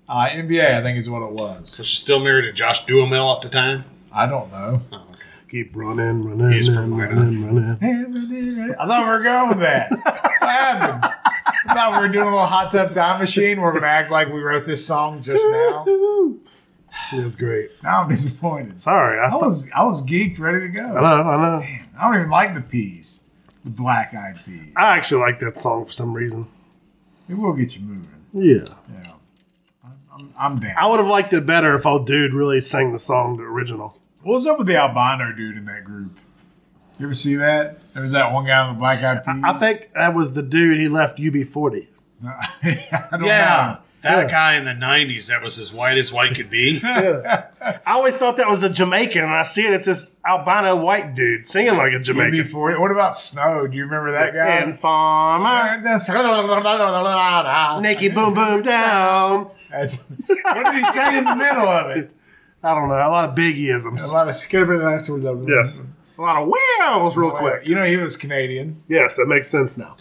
Speaker 1: uh, NBA. I think is what it was.
Speaker 3: Was she still married to Josh Duhamel at the time?
Speaker 1: I don't know.
Speaker 2: Keep running, running,
Speaker 3: He's from
Speaker 2: running,
Speaker 3: Minot.
Speaker 2: running, running.
Speaker 1: I thought we were going with that. What happened? I thought we were doing a little hot tub time machine. We're going to act like we wrote this song just now.
Speaker 2: It was great.
Speaker 1: Now I'm disappointed.
Speaker 2: Sorry, I
Speaker 1: I
Speaker 2: thought.
Speaker 1: was I was geeked, ready to
Speaker 2: I
Speaker 1: go.
Speaker 2: know, I know.
Speaker 1: I don't even like the peas, the black eyed peas.
Speaker 2: I actually like that song for some reason.
Speaker 1: It will get you moving.
Speaker 2: Yeah.
Speaker 1: Yeah, I'm, I'm, I'm down.
Speaker 2: I would have liked it better if old dude really sang the song, the original.
Speaker 1: What was up with the albino dude in that group? You ever see that? There was that one guy with the black eyed peas.
Speaker 2: I think that was the dude he left UB40.
Speaker 1: I don't
Speaker 3: Yeah.
Speaker 1: know.
Speaker 3: That guy in the '90s, that was as white as white could be.
Speaker 2: I always thought that was a Jamaican, and I see it. It's this albino white dude singing like a
Speaker 1: Maybe
Speaker 2: Jamaican.
Speaker 1: for it. What about Snow? Do you remember that guy?
Speaker 2: And farmer,
Speaker 1: That's,
Speaker 2: Nicky, boom, boom, down.
Speaker 1: what did he say in the middle of it?
Speaker 2: I don't know. A lot of
Speaker 1: A
Speaker 2: biggieisms.
Speaker 1: lot of skibbing and sort of
Speaker 2: Yes. A lot of whales, real quick.
Speaker 1: You know he was Canadian.
Speaker 2: Yes, that makes sense now.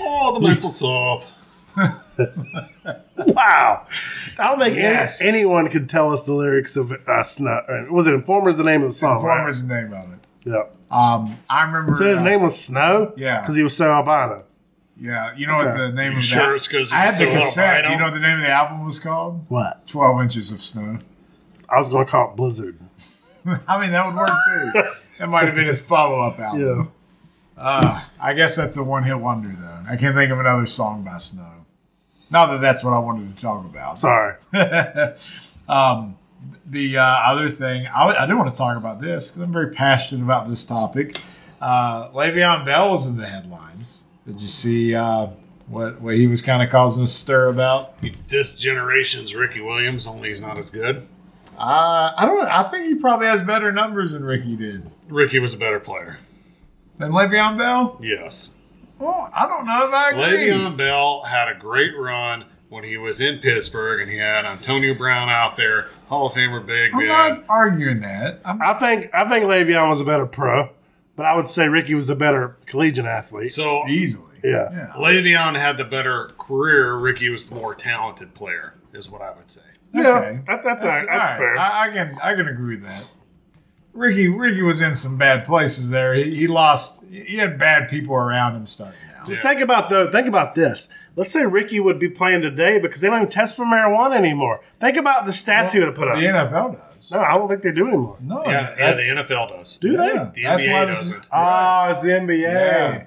Speaker 3: oh, the maple syrup.
Speaker 2: Wow. I don't think any-
Speaker 1: Yes.
Speaker 2: anyone could tell us the lyrics of uh, Snow. uh, Was it Informer's the name of the
Speaker 3: Oh,
Speaker 2: song?
Speaker 1: What was the name of it?
Speaker 2: Right? Yep.
Speaker 1: Um, I remember.
Speaker 2: So his
Speaker 1: uh,
Speaker 2: name was Snow?
Speaker 1: Yeah.
Speaker 2: Because he was so albino.
Speaker 1: Yeah, you know what
Speaker 2: Okay.
Speaker 1: the name of
Speaker 3: sure
Speaker 1: that-
Speaker 3: it's 'cause
Speaker 1: I had
Speaker 3: he's
Speaker 1: the
Speaker 3: so little,
Speaker 1: cassette.
Speaker 3: I
Speaker 1: You
Speaker 3: don't-
Speaker 1: know what the name of the album was called?
Speaker 2: What?
Speaker 1: Twelve Inches of Snow.
Speaker 2: I was going to call it Blizzard.
Speaker 1: I mean, that would work too. that might have been his follow-up album. Uh,
Speaker 2: Yeah.
Speaker 1: I guess that's a one-hit wonder, though. I can't think of another song by Snow. Not that that's what I wanted to talk about.
Speaker 2: Sorry.
Speaker 1: Um, the uh, other thing, I, I do want to talk about this because I'm very passionate about this topic. Uh, Le'Veon Bell was in the headlines. Did you see uh, what what he was kind of causing a stir about?
Speaker 3: This generation's Ricky Williams, only he's not as good.
Speaker 1: Uh, I don't. I think he probably has better numbers than Ricky did
Speaker 3: Ricky was a better player.
Speaker 1: than Le'Veon Bell.
Speaker 3: Yes.
Speaker 1: Well, I don't know if I agree.
Speaker 3: Le'Veon Bell had a great run when he was in Pittsburgh, and he had Antonio Brown out there, Hall of Famer, Big
Speaker 1: I'm
Speaker 3: Ben.
Speaker 1: not arguing that. I'm,
Speaker 2: I think I think Le'Veon was a better pro, but I would say Ricky was the better collegiate athlete.
Speaker 3: so
Speaker 1: easily.
Speaker 2: Yeah.
Speaker 1: Yeah.
Speaker 3: Le'Veon had the better career. Ricky was the more talented player, is what I would say.
Speaker 2: Yeah, that- that's all right.
Speaker 1: all
Speaker 2: That's fair.
Speaker 1: I, I can I can agree with that. Ricky Ricky was in some bad places there. He, he lost. He had bad people around him starting out.
Speaker 2: Just think about though. Think about this. Let's say Ricky would be playing today because they don't even test for marijuana anymore. Think about the stats he would have put
Speaker 1: The
Speaker 2: up.
Speaker 1: NFL does.
Speaker 2: no, I don't think they do anymore.
Speaker 1: No,
Speaker 3: Yeah, yeah the NFL does.
Speaker 2: Do they?
Speaker 1: yeah,
Speaker 3: The
Speaker 1: that's
Speaker 3: NBA
Speaker 1: why this is-
Speaker 3: doesn't.
Speaker 2: Oh, it's the NBA.
Speaker 1: yeah.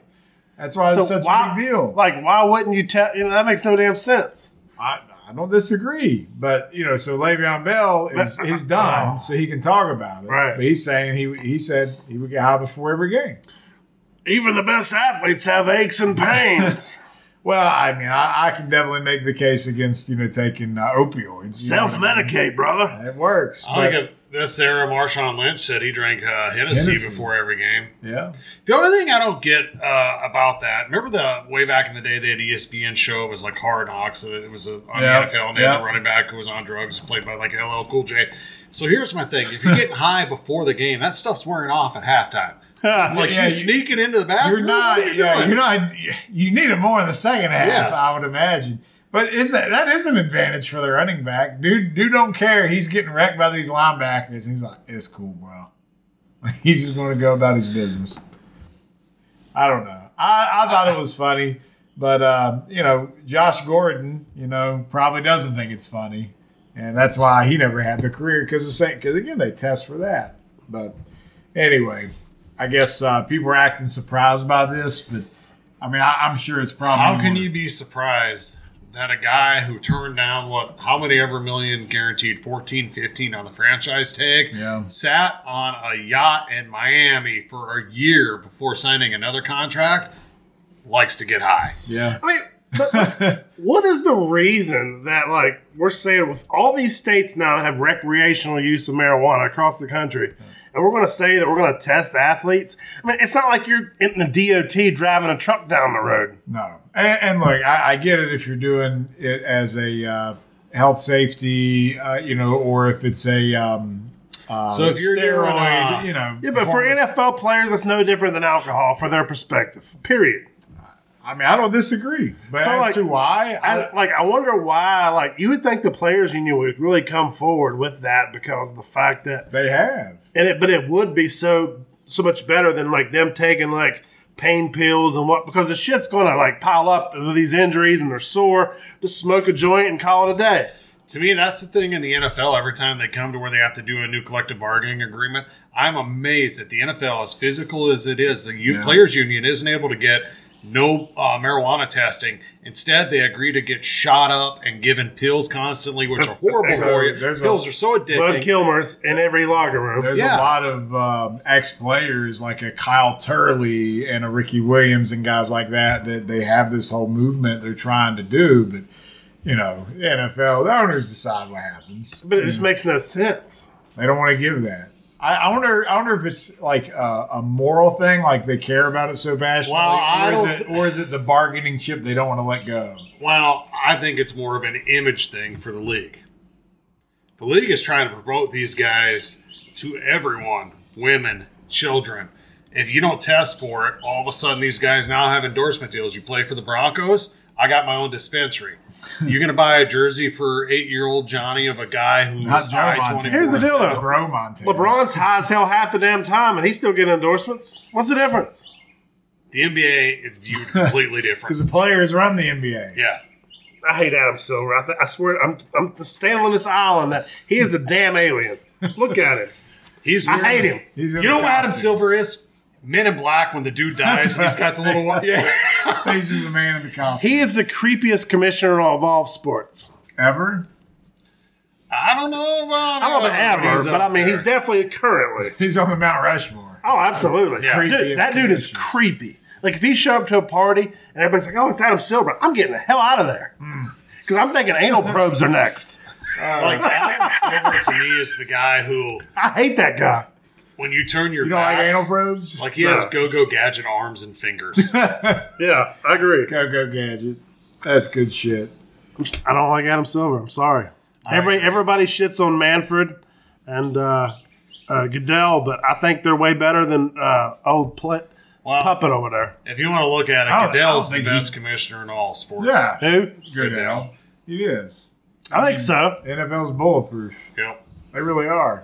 Speaker 1: That's why
Speaker 2: So
Speaker 1: it's such
Speaker 2: why,
Speaker 1: a big deal.
Speaker 2: Like, why wouldn't you tell? You know, that makes no damn sense.
Speaker 1: I, I don't disagree, but you know, so Le'Veon Bell is
Speaker 2: But- uh,
Speaker 1: he's done, so he can talk about it.
Speaker 2: Right.
Speaker 1: But he's saying he he said he would get high before every game.
Speaker 2: Even the best athletes have aches and pains.
Speaker 1: Well, I mean, I, I can definitely make the case against you know taking uh, opioids. you know what I
Speaker 2: Self
Speaker 1: mean?
Speaker 2: medicate, brother.
Speaker 1: It works.
Speaker 3: I
Speaker 1: but-
Speaker 3: think if this era Marshawn Lynch said he drank uh, Hennessy,
Speaker 1: Hennessy.
Speaker 3: before every game.
Speaker 1: yeah.
Speaker 3: The only thing I don't get uh, about that, remember the way back in the day they had E ESPN show it was like Hard Knocks, and it was uh, on
Speaker 1: Yeah,
Speaker 3: the NFL, and they
Speaker 1: yeah.
Speaker 3: had the running back who was on drugs, played by like LL Cool J. So here's my thing: if you're getting high before the game, that stuff's wearing off at halftime. Like
Speaker 1: Yeah,
Speaker 3: you
Speaker 1: you-
Speaker 3: sneak it into the bathroom,
Speaker 1: You're not.
Speaker 3: Uh, what are you
Speaker 1: yeah,
Speaker 3: doing?
Speaker 1: you're not. You need it more in the second half,
Speaker 3: Yes.
Speaker 1: I would imagine. But is that that is an advantage for the running back? Dude, dude don't care. He's getting wrecked by these linebackers. He's like, it's cool, bro. He's just going to go about his business. I don't know. I, I thought it was funny, but uh, you know, Josh Gordon, you know, probably doesn't think it's funny, and that's why he never had the career because the same. Because again, they test for that. But anyway, I guess uh, people are acting surprised by this, but I mean, I, I'm sure it's probably.
Speaker 3: How can
Speaker 1: more-
Speaker 3: you be surprised that a guy who turned down what, how many ever million guaranteed 14, 15 on the franchise tag
Speaker 1: Yeah.
Speaker 3: sat on a yacht in Miami for a year before signing another contract? Likes to get high.
Speaker 1: Yeah.
Speaker 2: I mean, but let's- what is the reason that like we're saying with all these states now that have recreational use of marijuana across the country, and we're going to say that we're going to test athletes? I mean, it's not like you're in the DOT driving a truck down the road.
Speaker 1: No. And, and look, I, I get it if you're doing it as a uh, health safety, uh, you know, or if it's a um, uh,
Speaker 3: So if you're doing,
Speaker 1: steroid,
Speaker 3: uh,
Speaker 1: you know.
Speaker 2: Yeah, but for
Speaker 1: performance-
Speaker 2: NFL players, it's no different than alcohol for their perspective. Period.
Speaker 1: I mean, I don't disagree. But
Speaker 2: So,
Speaker 1: as
Speaker 2: like,
Speaker 1: to why, I,
Speaker 2: I, like I wonder why. Like you would think the players union would really come forward with that because of the fact that
Speaker 1: they have.
Speaker 2: and it but it would be so so much better than like them taking like pain pills and what because the shit's gonna like pile up with these injuries and they're sore just smoke a joint and call it a day
Speaker 3: To me, that's the thing in the NFL. Every time they come to where they have to do a new collective bargaining agreement, I'm amazed that the NFL, as physical as it is, the U- players' union isn't able to get no uh, marijuana testing. Instead, they agree to get shot up and given pills constantly, which
Speaker 2: That's-
Speaker 3: are horrible
Speaker 2: so
Speaker 3: for you.
Speaker 1: there's a-
Speaker 3: Pills are so
Speaker 2: bud
Speaker 3: addicting.
Speaker 2: kilmer's in every locker room
Speaker 1: There's
Speaker 3: Yeah.
Speaker 1: a lot of um, ex players like a Kyle Turley and a Ricky Williams and guys like that that they have this whole movement they're trying to do. But you know, the NFL, the owners decide what happens.
Speaker 2: But it just makes no sense.
Speaker 1: They don't want to give that. I, I wonder. I wonder if it's like a, a moral thing, like they care about it so passionately,
Speaker 3: Well, I
Speaker 1: or, is
Speaker 3: don't
Speaker 1: it,
Speaker 3: thi-
Speaker 1: or is it the bargaining chip they don't want to let go?
Speaker 3: Well, I think it's more of an image thing for the league. The league is trying to promote these guys to everyone women, children. If you don't test for it, all of a sudden these guys now have endorsement deals. You play for the Broncos, I got my own dispensary. You're going to buy a jersey for eight year old Johnny of a guy who's
Speaker 1: Not Joe
Speaker 3: I
Speaker 1: Montana.
Speaker 2: Here's the
Speaker 3: 24/7.
Speaker 2: deal, though.
Speaker 1: Bro Montana.
Speaker 2: LeBron's high as hell half the damn time, and he's still getting endorsements. What's the difference?
Speaker 3: The NBA is viewed completely different.
Speaker 1: because the players run the NBA.
Speaker 3: Yeah.
Speaker 2: I hate Adam Silver. I, th- I swear, I'm I'm standing on this island that he is a damn alien. Look at him.
Speaker 3: He's
Speaker 2: I hate
Speaker 3: weird.
Speaker 2: him.
Speaker 1: He's in
Speaker 3: You
Speaker 1: the
Speaker 3: know what Adam
Speaker 1: costume.
Speaker 3: Silver is? Men in Black when the dude dies,
Speaker 1: That's what
Speaker 3: he's
Speaker 1: I
Speaker 3: got
Speaker 1: was
Speaker 3: the little one. Yeah.
Speaker 1: So he's just the man in the costume.
Speaker 2: He is the creepiest commissioner of all sports.
Speaker 1: ever.
Speaker 3: I don't know
Speaker 2: I
Speaker 3: about
Speaker 2: don't know
Speaker 3: him.
Speaker 2: about ever,
Speaker 3: Oh, He's
Speaker 2: but
Speaker 3: up
Speaker 2: I mean, he's
Speaker 3: there.
Speaker 2: definitely currently.
Speaker 1: He's on the Mount Rushmore.
Speaker 2: Oh, absolutely.
Speaker 3: Yeah.
Speaker 2: Dude, that dude is
Speaker 1: Creepiest
Speaker 2: creepy. Like if he showed up to a party and everybody's like, "Oh, it's Adam Silver," I'm getting the hell out of there
Speaker 3: Hmm.
Speaker 2: because I'm thinking anal probes are next.
Speaker 3: like Adam Silver to me is the guy who,
Speaker 2: I hate that guy.
Speaker 3: when you turn your
Speaker 1: You don't
Speaker 3: back,
Speaker 1: like anal probes?
Speaker 3: like he has
Speaker 2: No.
Speaker 3: go-go gadget arms and fingers.
Speaker 2: Yeah, I agree.
Speaker 1: go go gadget. That's good shit.
Speaker 2: I don't like Adam Silver. I'm sorry. Every everybody shits on Manfred and uh, uh, Goodell, but I think they're way better than uh, old pl-
Speaker 3: Well,
Speaker 2: puppet over there.
Speaker 3: if you want to look at
Speaker 1: I don't-
Speaker 3: it, Goodell's
Speaker 1: I
Speaker 3: the
Speaker 1: don't think
Speaker 3: best commissioner in all sports.
Speaker 1: Yeah,
Speaker 2: Who?
Speaker 1: Goodell. He is.
Speaker 2: I think so.
Speaker 1: NFL's bulletproof.
Speaker 3: Yep.
Speaker 1: They really are.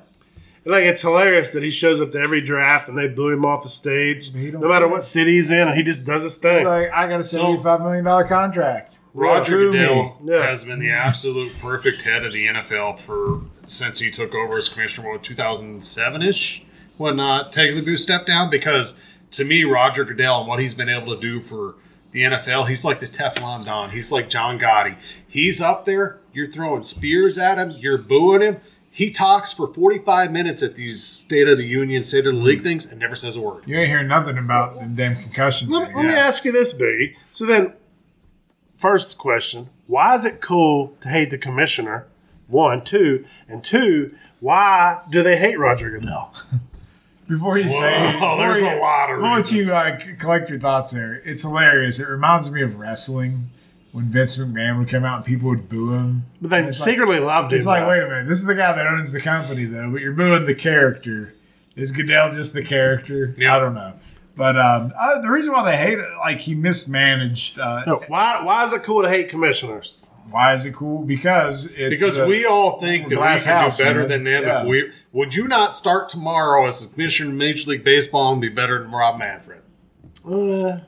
Speaker 2: And, Like it's hilarious that he shows up to every draft and they blew him off the stage,
Speaker 1: He don't
Speaker 2: no matter
Speaker 1: care.
Speaker 2: what city he's in, and he just does his
Speaker 1: It's
Speaker 2: thing.
Speaker 1: like I got a seventy-five million dollar contract.
Speaker 3: Roger
Speaker 1: Prove me.
Speaker 3: Goodell
Speaker 2: Yeah.
Speaker 3: has been the absolute perfect head of the NFL for since he took over as commissioner, what, 2007 ish? When uh, Tagliabue stepped down, because to me, Roger Goodell and what he's been able to do for the NFL, he's like the Teflon Don. He's like John Gotti. He's up there, you're throwing spears at him, you're booing him. He talks for 45 minutes at these State of the Union, State of the League things and never says a word.
Speaker 1: You ain't hearing nothing about them damn concussion.
Speaker 2: Let,
Speaker 1: thing.
Speaker 2: let me
Speaker 1: Yeah.
Speaker 2: ask you this, Biggie. So then, first question: Why is it cool to hate the commissioner? One, two, and two. Why do they hate Roger Goodell?
Speaker 1: Before you say,
Speaker 3: Whoa,
Speaker 1: before
Speaker 3: Oh, there's
Speaker 1: you,
Speaker 3: a lot of
Speaker 1: I'll let
Speaker 3: reasons.
Speaker 1: you uh, c- collect your thoughts there. It's hilarious. It reminds me of wrestling when Vince McMahon would come out and people would boo him.
Speaker 2: But they
Speaker 1: It's like-
Speaker 2: secretly loved him.
Speaker 1: It's like,
Speaker 2: though.
Speaker 1: wait a minute, this is the guy that owns the company, though, but you're booing the character. Is Goodell just the character?
Speaker 3: Yeah.
Speaker 1: I don't know. But um, uh, the reason why they hate it, like he mismanaged. Uh,
Speaker 2: No, why? Why is it cool to hate commissioners?
Speaker 1: Why is it cool? Because it's
Speaker 3: Because
Speaker 1: the-
Speaker 3: we all think that we
Speaker 1: glass
Speaker 3: can
Speaker 1: house,
Speaker 3: do better
Speaker 1: man.
Speaker 3: than them.
Speaker 1: Yeah.
Speaker 3: If we would you not start tomorrow as a commissioner in Major League Baseball and be better than Rob Manfred?
Speaker 2: Uh,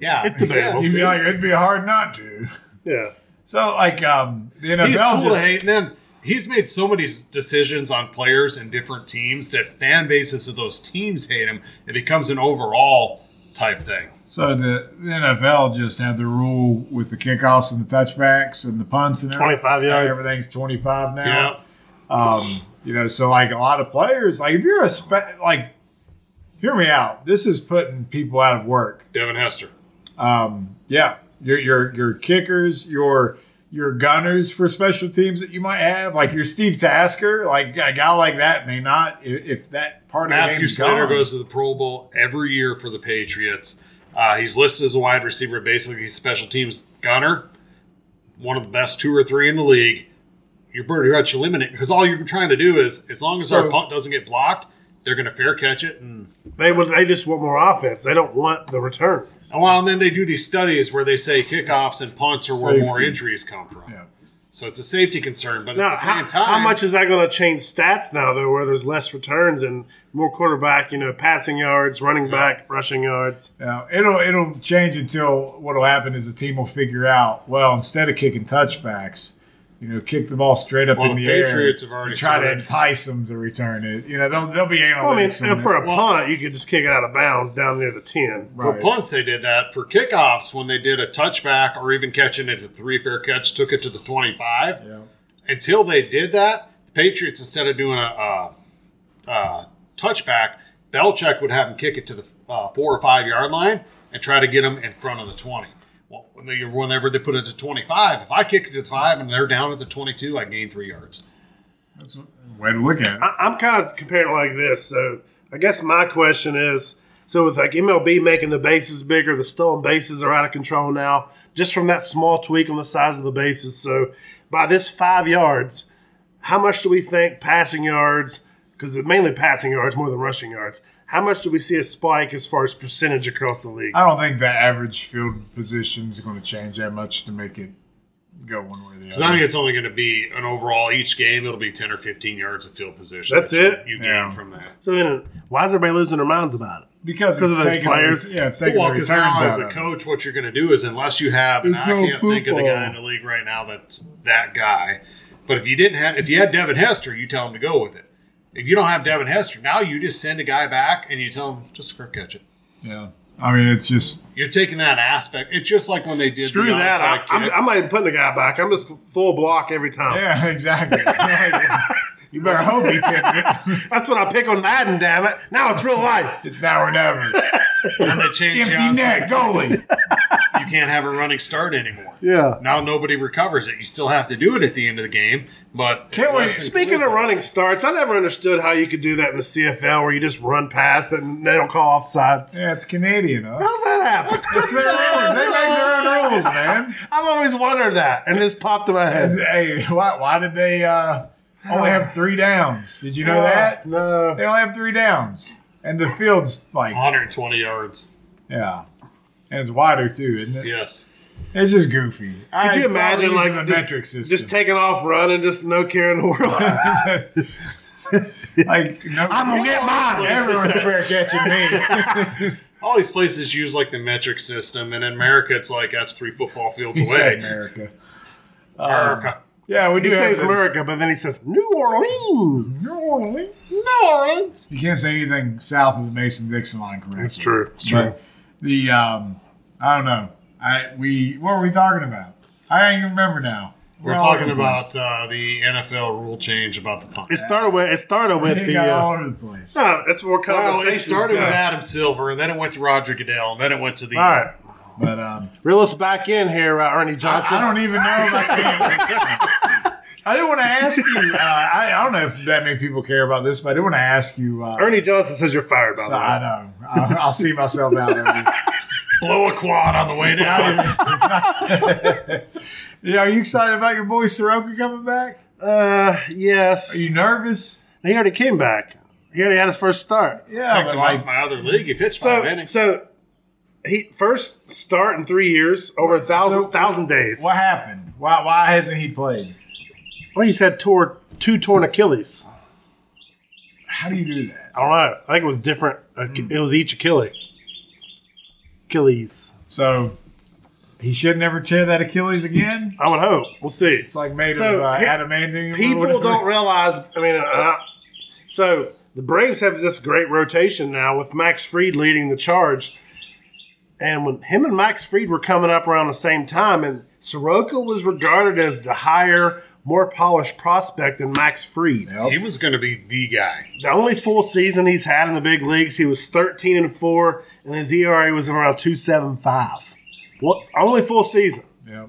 Speaker 3: Yeah,
Speaker 2: It's debatable.
Speaker 1: You'd be like, it'd be hard not to.
Speaker 2: yeah.
Speaker 1: So like um, the
Speaker 3: Yeah. He's
Speaker 1: NFL
Speaker 3: cool to
Speaker 1: just
Speaker 3: hate them. He's made so many s- decisions on players and different teams that fan bases of those teams hate him. It becomes an overall type thing.
Speaker 1: so the, the NFL just had the rule with the kickoffs and the touchbacks and the punts and
Speaker 2: 25
Speaker 1: everything.
Speaker 2: yards.
Speaker 1: Everything's twenty five now.
Speaker 3: Yeah,
Speaker 1: Um, you know, so like a lot of players, like if you're a spe- like, hear me out. This is putting people out of work.
Speaker 3: Devin Hester.
Speaker 1: Um, yeah, your your your kickers, your your gunners for special teams that you might have, like your Steve Tasker, like a guy like that may not i- if that part of the game
Speaker 3: Matthew
Speaker 1: is
Speaker 3: Slater
Speaker 1: gone.
Speaker 3: goes to the Pro Bowl every year for the Patriots. Uh, he's listed as a wide receiver. Basically, he's special teams gunner, one of the best two or three in the league. You're pretty much eliminated because all you're trying to do is, as long as
Speaker 1: So-
Speaker 3: our punt doesn't get blocked, they're going to fair catch it. And,
Speaker 2: They would. They just want more offense. They don't want the returns.
Speaker 3: and, Oh, well, and then they do these studies where they say kickoffs and punts are where more
Speaker 1: Safety.
Speaker 3: injuries come from.
Speaker 1: Yeah.
Speaker 3: So it's a safety concern, but
Speaker 2: Now,
Speaker 3: at the same
Speaker 2: how,
Speaker 3: time,
Speaker 2: how much is that going to change stats now, though, where there's less returns and more quarterback, you know, passing yards, running back, rushing yards?
Speaker 1: Now, it'll it'll change until what'll happen is the team will figure out. Well, instead of kicking touchbacks, you know, kick the ball straight up
Speaker 3: Well,
Speaker 1: in the,
Speaker 3: the
Speaker 1: air.
Speaker 3: Patriots have
Speaker 1: and
Speaker 3: already
Speaker 1: try to
Speaker 3: started.
Speaker 1: entice them to return it. You know, they'll they'll be
Speaker 2: Well, I mean,
Speaker 1: analytics. on it.
Speaker 2: for a punt, you could just kick it out of bounds down near the 10.
Speaker 1: Right.
Speaker 3: For punts, they did that. For kickoffs, when they did a touchback or even catching it at three fair catch, took it to the 25.
Speaker 1: Yeah.
Speaker 3: until they did that, the Patriots instead of doing a, a, a touchback, Belichick would have them kick it to the uh, four or five yard line and try to get them in front of the twenty. well, when they- whenever they put it to 25, if I kick it to the five and they're down at the 22, I gain three yards.
Speaker 1: That's a way to look at it.
Speaker 2: I, I'm kind of comparing it like this. So I guess my question is: so with like MLB making the bases bigger, the stolen bases are out of control now, just from that small tweak on the size of the bases. So by this five yards, how much do we think passing yards? Because mainly passing yards more than rushing yards. How much do we see a spike as far as percentage across the league?
Speaker 1: I don't think the average field position is going to change that much to make it go one way or the
Speaker 3: Because I think
Speaker 1: other.
Speaker 3: it's only going to be an overall each game. It'll be 10 or 15 yards of field position.
Speaker 2: That's
Speaker 3: that
Speaker 2: it?
Speaker 3: You gain
Speaker 1: Yeah.
Speaker 3: from that.
Speaker 2: So then, why is everybody losing their minds about it?
Speaker 1: Because
Speaker 2: because
Speaker 1: it's
Speaker 2: of those
Speaker 1: taking
Speaker 2: players.
Speaker 1: yeah, it's taking
Speaker 3: well,
Speaker 1: the
Speaker 3: because
Speaker 1: returns
Speaker 3: now
Speaker 1: out
Speaker 3: as a
Speaker 1: of it.
Speaker 3: coach, what you're going to do is unless you have, and
Speaker 1: It's
Speaker 3: I
Speaker 1: no
Speaker 3: can't think of the
Speaker 1: football.
Speaker 3: guy in the league right now that's that guy. But if you didn't have, if you had Devin Hester, you tell him to go with it. If you don't have Devin Hester, now you just send a guy back and you tell him just for catch it.
Speaker 1: Yeah, I mean it's just
Speaker 3: You're taking that aspect. It's just like when they did.
Speaker 2: Screw
Speaker 3: the
Speaker 2: that!
Speaker 3: onside
Speaker 2: I, I'm,
Speaker 3: kick.
Speaker 2: I'm not even putting the guy back. I'm just full block every time.
Speaker 1: yeah, exactly. you better hope he picks it.
Speaker 2: That's what I pick on Madden. Damn it! Now it's real life.
Speaker 1: It's now or never.
Speaker 3: And they changed
Speaker 1: Empty
Speaker 3: the onside
Speaker 1: net goalie.
Speaker 3: you can't have a running start anymore.
Speaker 2: Yeah.
Speaker 3: Now nobody recovers it. You still have to do it at the end of the game, but
Speaker 1: Can't wait.
Speaker 2: Speaking of running starts, I never understood how you could do that in the CFL where you just run past it and they don't call offsides.
Speaker 1: Yeah, it's Canadian, huh?
Speaker 2: How's that happen?
Speaker 1: It's their rules. They make their own rules, man.
Speaker 2: I've always wondered that, and it just popped in my head.
Speaker 1: Hey, why, why did they uh, only have three downs? Did you know that?
Speaker 2: No.
Speaker 1: They only have three downs. And the field's like,
Speaker 3: 120 yards.
Speaker 1: yeah. And it's wider, too, isn't it?
Speaker 3: Yes.
Speaker 1: It's just goofy. Could
Speaker 2: Could you imagine like
Speaker 1: the
Speaker 2: just,
Speaker 1: metric system?
Speaker 2: just taking off running, just no care in the world?
Speaker 1: like, no,
Speaker 2: I'm gonna get mine.
Speaker 1: Everyone's fair catching me.
Speaker 3: All these places use like the metric system, and in America, it's like that's three football fields
Speaker 1: he said
Speaker 3: away.
Speaker 1: America.
Speaker 3: America.
Speaker 1: Yeah, we do
Speaker 2: He
Speaker 1: have
Speaker 2: says
Speaker 1: the-
Speaker 2: America, but then he says New Orleans.
Speaker 1: New Orleans.
Speaker 2: New Orleans.
Speaker 1: You can't say anything south of the Mason-Dixon line, correct?
Speaker 2: That's true. It's true.
Speaker 1: But the um, I don't know. I we what were we talking about? I don't even remember now.
Speaker 3: We're talking about uh, the NFL rule change about the punt.
Speaker 2: It started with it started with
Speaker 1: It
Speaker 2: the.
Speaker 1: got
Speaker 2: Uh,
Speaker 1: all over the place.
Speaker 2: no, that's where
Speaker 3: Well,
Speaker 2: conversation
Speaker 3: it started
Speaker 2: got.
Speaker 3: with Adam Silver, and then it went to Roger Goodell, and then it went to the.
Speaker 2: All right,
Speaker 1: But um,
Speaker 2: reel us back in here, uh, Ernie
Speaker 1: I,
Speaker 2: Johnson.
Speaker 1: I don't even know if I can. I didn't want to ask you. Uh, I, I don't know if that many people care about this, but I did want to ask you. Uh,
Speaker 2: Ernie Johnson says you're fired, by
Speaker 1: so
Speaker 2: the way.
Speaker 1: I know. I'll, I'll see myself out. Ernie.
Speaker 3: Blow a quad on the way down.
Speaker 1: Yeah, are you excited about your boy Soroka coming back?
Speaker 2: Uh, yes.
Speaker 1: Are you nervous?
Speaker 2: he already came back. He already had his first start.
Speaker 1: Yeah, but like
Speaker 3: my other league, he pitched five
Speaker 2: So,
Speaker 3: innings.
Speaker 2: so he first start in three years, over a thousand
Speaker 1: So-
Speaker 2: thousand days.
Speaker 1: What happened? Why why hasn't he played?
Speaker 2: Well, he's had tore, two torn Achilles.
Speaker 1: How do you do that?
Speaker 2: I don't know. I think it was different. Ach-
Speaker 1: Hmm.
Speaker 2: It was each Achilles. Achilles.
Speaker 1: So he should never tear that Achilles again.
Speaker 2: I would hope. We'll see.
Speaker 1: It's like made
Speaker 2: So,
Speaker 1: of uh,
Speaker 2: here-
Speaker 1: adamantium. or
Speaker 2: People
Speaker 1: whatever.
Speaker 2: don't realize. I mean, uh, so the Braves have this great rotation now with Max Freed leading the charge. And when him and Max Freed were coming up around the same time, and Soroka was regarded as the higher, more polished prospect than Max Freed.
Speaker 1: Nope.
Speaker 3: he was going to be the guy.
Speaker 2: The only full season he's had in the big leagues, he was 13 and 4, and his ERA was around 2.75. What? Only full season
Speaker 1: Yep.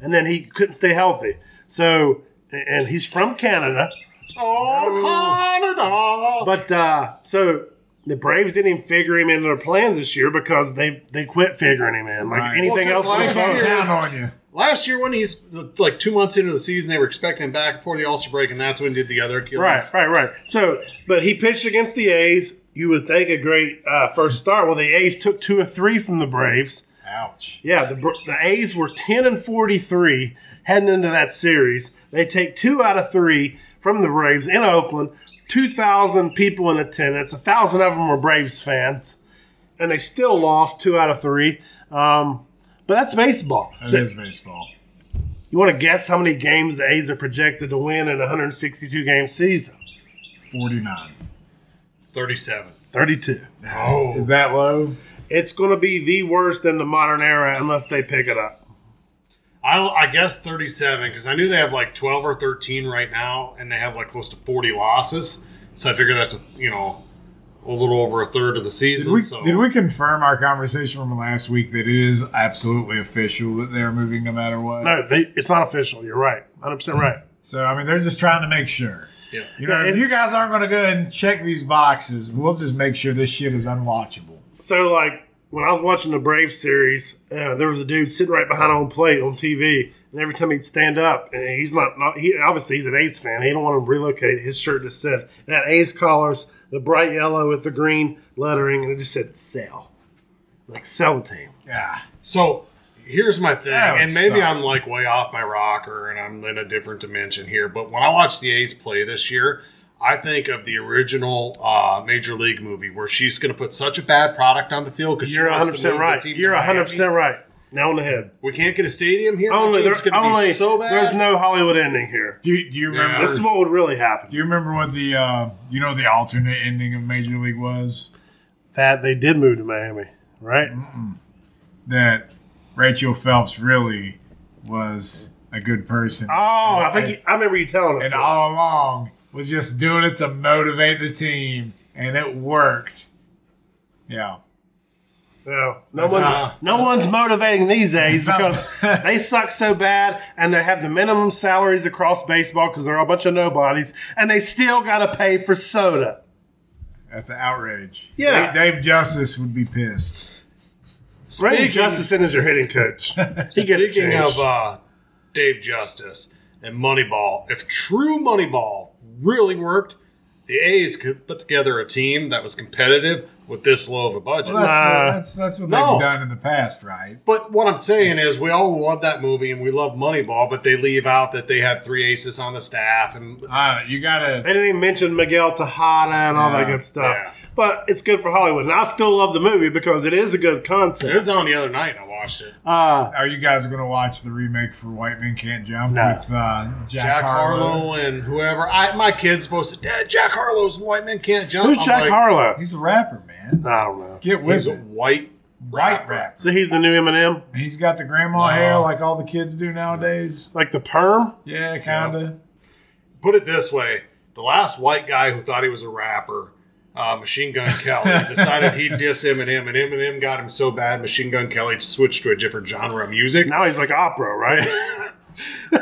Speaker 2: and then he couldn't stay healthy. So, and he's from Canada,
Speaker 3: Oh, Canada!
Speaker 2: but uh, so the Braves didn't even figure him into their plans this year because they they quit figuring him in. Like
Speaker 1: Right.
Speaker 2: anything
Speaker 3: Well,
Speaker 2: else,
Speaker 3: 'cause
Speaker 2: was
Speaker 3: last
Speaker 2: a
Speaker 1: Don't
Speaker 2: bonus.
Speaker 3: year-
Speaker 1: count on you.
Speaker 3: Last year, when he's like two months into the season, they were expecting him back before the Ulster break, and that's when he did the other Achilles.
Speaker 2: right, right, right. So, but he pitched against the A's. You would think a great uh, first start. Well, the A's took two or three from the Braves.
Speaker 1: Ouch.
Speaker 2: Yeah, the, Br- the A's were 10 and 43 heading into that series. They take two out of three from the Braves in Oakland. 2,000 people in attendance. A 1,000 of them were Braves fans. And they still lost two out of three. Um, but that's baseball.
Speaker 1: That is
Speaker 2: So
Speaker 1: baseball.
Speaker 2: you want to guess how many games the A's are projected to win in a 162 game season?
Speaker 1: Forty-nine.
Speaker 3: 37.
Speaker 2: 32.
Speaker 1: Is that low?
Speaker 2: It's going to be the worst in the modern era unless they pick it up.
Speaker 3: I, I guess 37 because I knew they have like 12 or 13 right now, and they have like close to 40 losses. So I figure that's a, you know a little over a third of the season.
Speaker 1: Did we,
Speaker 3: so
Speaker 1: did we confirm our conversation from last week that it is absolutely official that they're moving no matter what?
Speaker 2: No, they, it's not official. You're right. 100% right.
Speaker 1: So, I mean, they're just trying to make sure.
Speaker 3: Yeah.
Speaker 1: You know,
Speaker 2: Yeah,
Speaker 1: if
Speaker 2: it-
Speaker 1: you guys aren't going to go ahead and check these boxes, we'll just make sure this shit is unwatchable.
Speaker 2: So, like, when I was watching the Brave series, uh, there was a dude sitting right behind home plate on TV. And every time he'd stand up, and he's not, not he obviously he's an A's fan. He don't want to relocate. His shirt just said that A's colors, the bright yellow with the green lettering, and it just said sell, like sellotape.
Speaker 1: Yeah.
Speaker 3: So here's my thing,
Speaker 1: That would
Speaker 3: and maybe
Speaker 1: suck.
Speaker 3: I'm like way off my rocker and I'm in a different dimension here, but when I watch the A's play this year, I think of the original uh, Major League movie where she's going to put such a bad product on the field because she
Speaker 2: You're
Speaker 3: wants
Speaker 2: 100
Speaker 3: 100 to
Speaker 2: percent
Speaker 3: move
Speaker 2: right.
Speaker 3: the team. to
Speaker 2: You're
Speaker 3: Miami.
Speaker 2: 100 percent right. Now on the head.
Speaker 3: We can't get a stadium here.
Speaker 2: Only
Speaker 3: Only
Speaker 2: there,
Speaker 3: there's going to
Speaker 2: only
Speaker 3: be so bad.
Speaker 2: there's no Hollywood ending here.
Speaker 1: Do you, do you remember?
Speaker 3: Yeah.
Speaker 2: This is what would really happen.
Speaker 1: do you remember what the uh, you know the alternate ending of Major League was?
Speaker 2: That they did move to Miami, right?
Speaker 3: Mm-hmm.
Speaker 1: That Rachel Phelps really was a good person.
Speaker 2: Oh, I think you, I remember you telling us.
Speaker 1: and
Speaker 2: this.
Speaker 1: all along was just doing it to motivate the team, and it worked. Yeah.
Speaker 2: No, no
Speaker 1: That's
Speaker 2: one's
Speaker 1: not-
Speaker 2: no one's motivating these days
Speaker 1: That's-
Speaker 2: because they suck so bad, and they have the minimum salaries across baseball because they're a bunch of nobodies, and they still got to pay for soda.
Speaker 1: That's an outrage.
Speaker 2: Yeah.
Speaker 1: Dave, Dave Justice would be pissed.
Speaker 2: Randy
Speaker 3: Speaking-
Speaker 2: Justison is your hitting coach. He get it
Speaker 3: Speaking
Speaker 2: changed.
Speaker 3: of uh, Dave Justice and Moneyball, if true Moneyball really worked, the A's could put together a team that was competitive with this low of a budget.
Speaker 1: Well, that's,
Speaker 2: Nah.
Speaker 1: that's that's what
Speaker 3: No.
Speaker 1: they've done in the past, right?
Speaker 3: But what I'm saying is, we all love that movie and we love Moneyball, but they leave out that they had three aces on the staff. And
Speaker 1: I don't know. You gotta.
Speaker 2: They didn't even mention Miguel Tejada and all that
Speaker 1: Yeah,
Speaker 2: good stuff.
Speaker 3: yeah.
Speaker 2: But it's good for Hollywood, and I still love the movie because it is a good
Speaker 3: it
Speaker 2: concept.
Speaker 3: was on the other night, and I watched it.
Speaker 2: Uh,
Speaker 1: Are you guys gonna watch the remake for White Men Can't Jump
Speaker 2: No.
Speaker 1: with uh, Jack,
Speaker 3: Jack
Speaker 1: Harlow?
Speaker 3: Harlow and whoever. I, my kid's supposed to. Dad, Jack Harlow's White Men Can't Jump.
Speaker 2: who's
Speaker 3: I'm
Speaker 2: Jack
Speaker 3: like,
Speaker 2: Harlow?
Speaker 1: He's a rapper, man.
Speaker 2: I don't know.
Speaker 1: Get with
Speaker 3: He's a
Speaker 1: it.
Speaker 3: white
Speaker 1: White
Speaker 3: rapper.
Speaker 1: rapper.
Speaker 2: So he's the new Eminem,
Speaker 1: And he's got the grandma
Speaker 3: Wow.
Speaker 1: hair like all the kids do nowadays.
Speaker 2: like the perm.
Speaker 1: Yeah, kinda.
Speaker 3: Put it this way: the last white guy who thought he was a rapper. Uh, Machine Gun Kelly decided he'd diss Eminem, and Eminem got him so bad. Machine Gun Kelly switched to a different genre of music.
Speaker 2: Now he's like opera, right?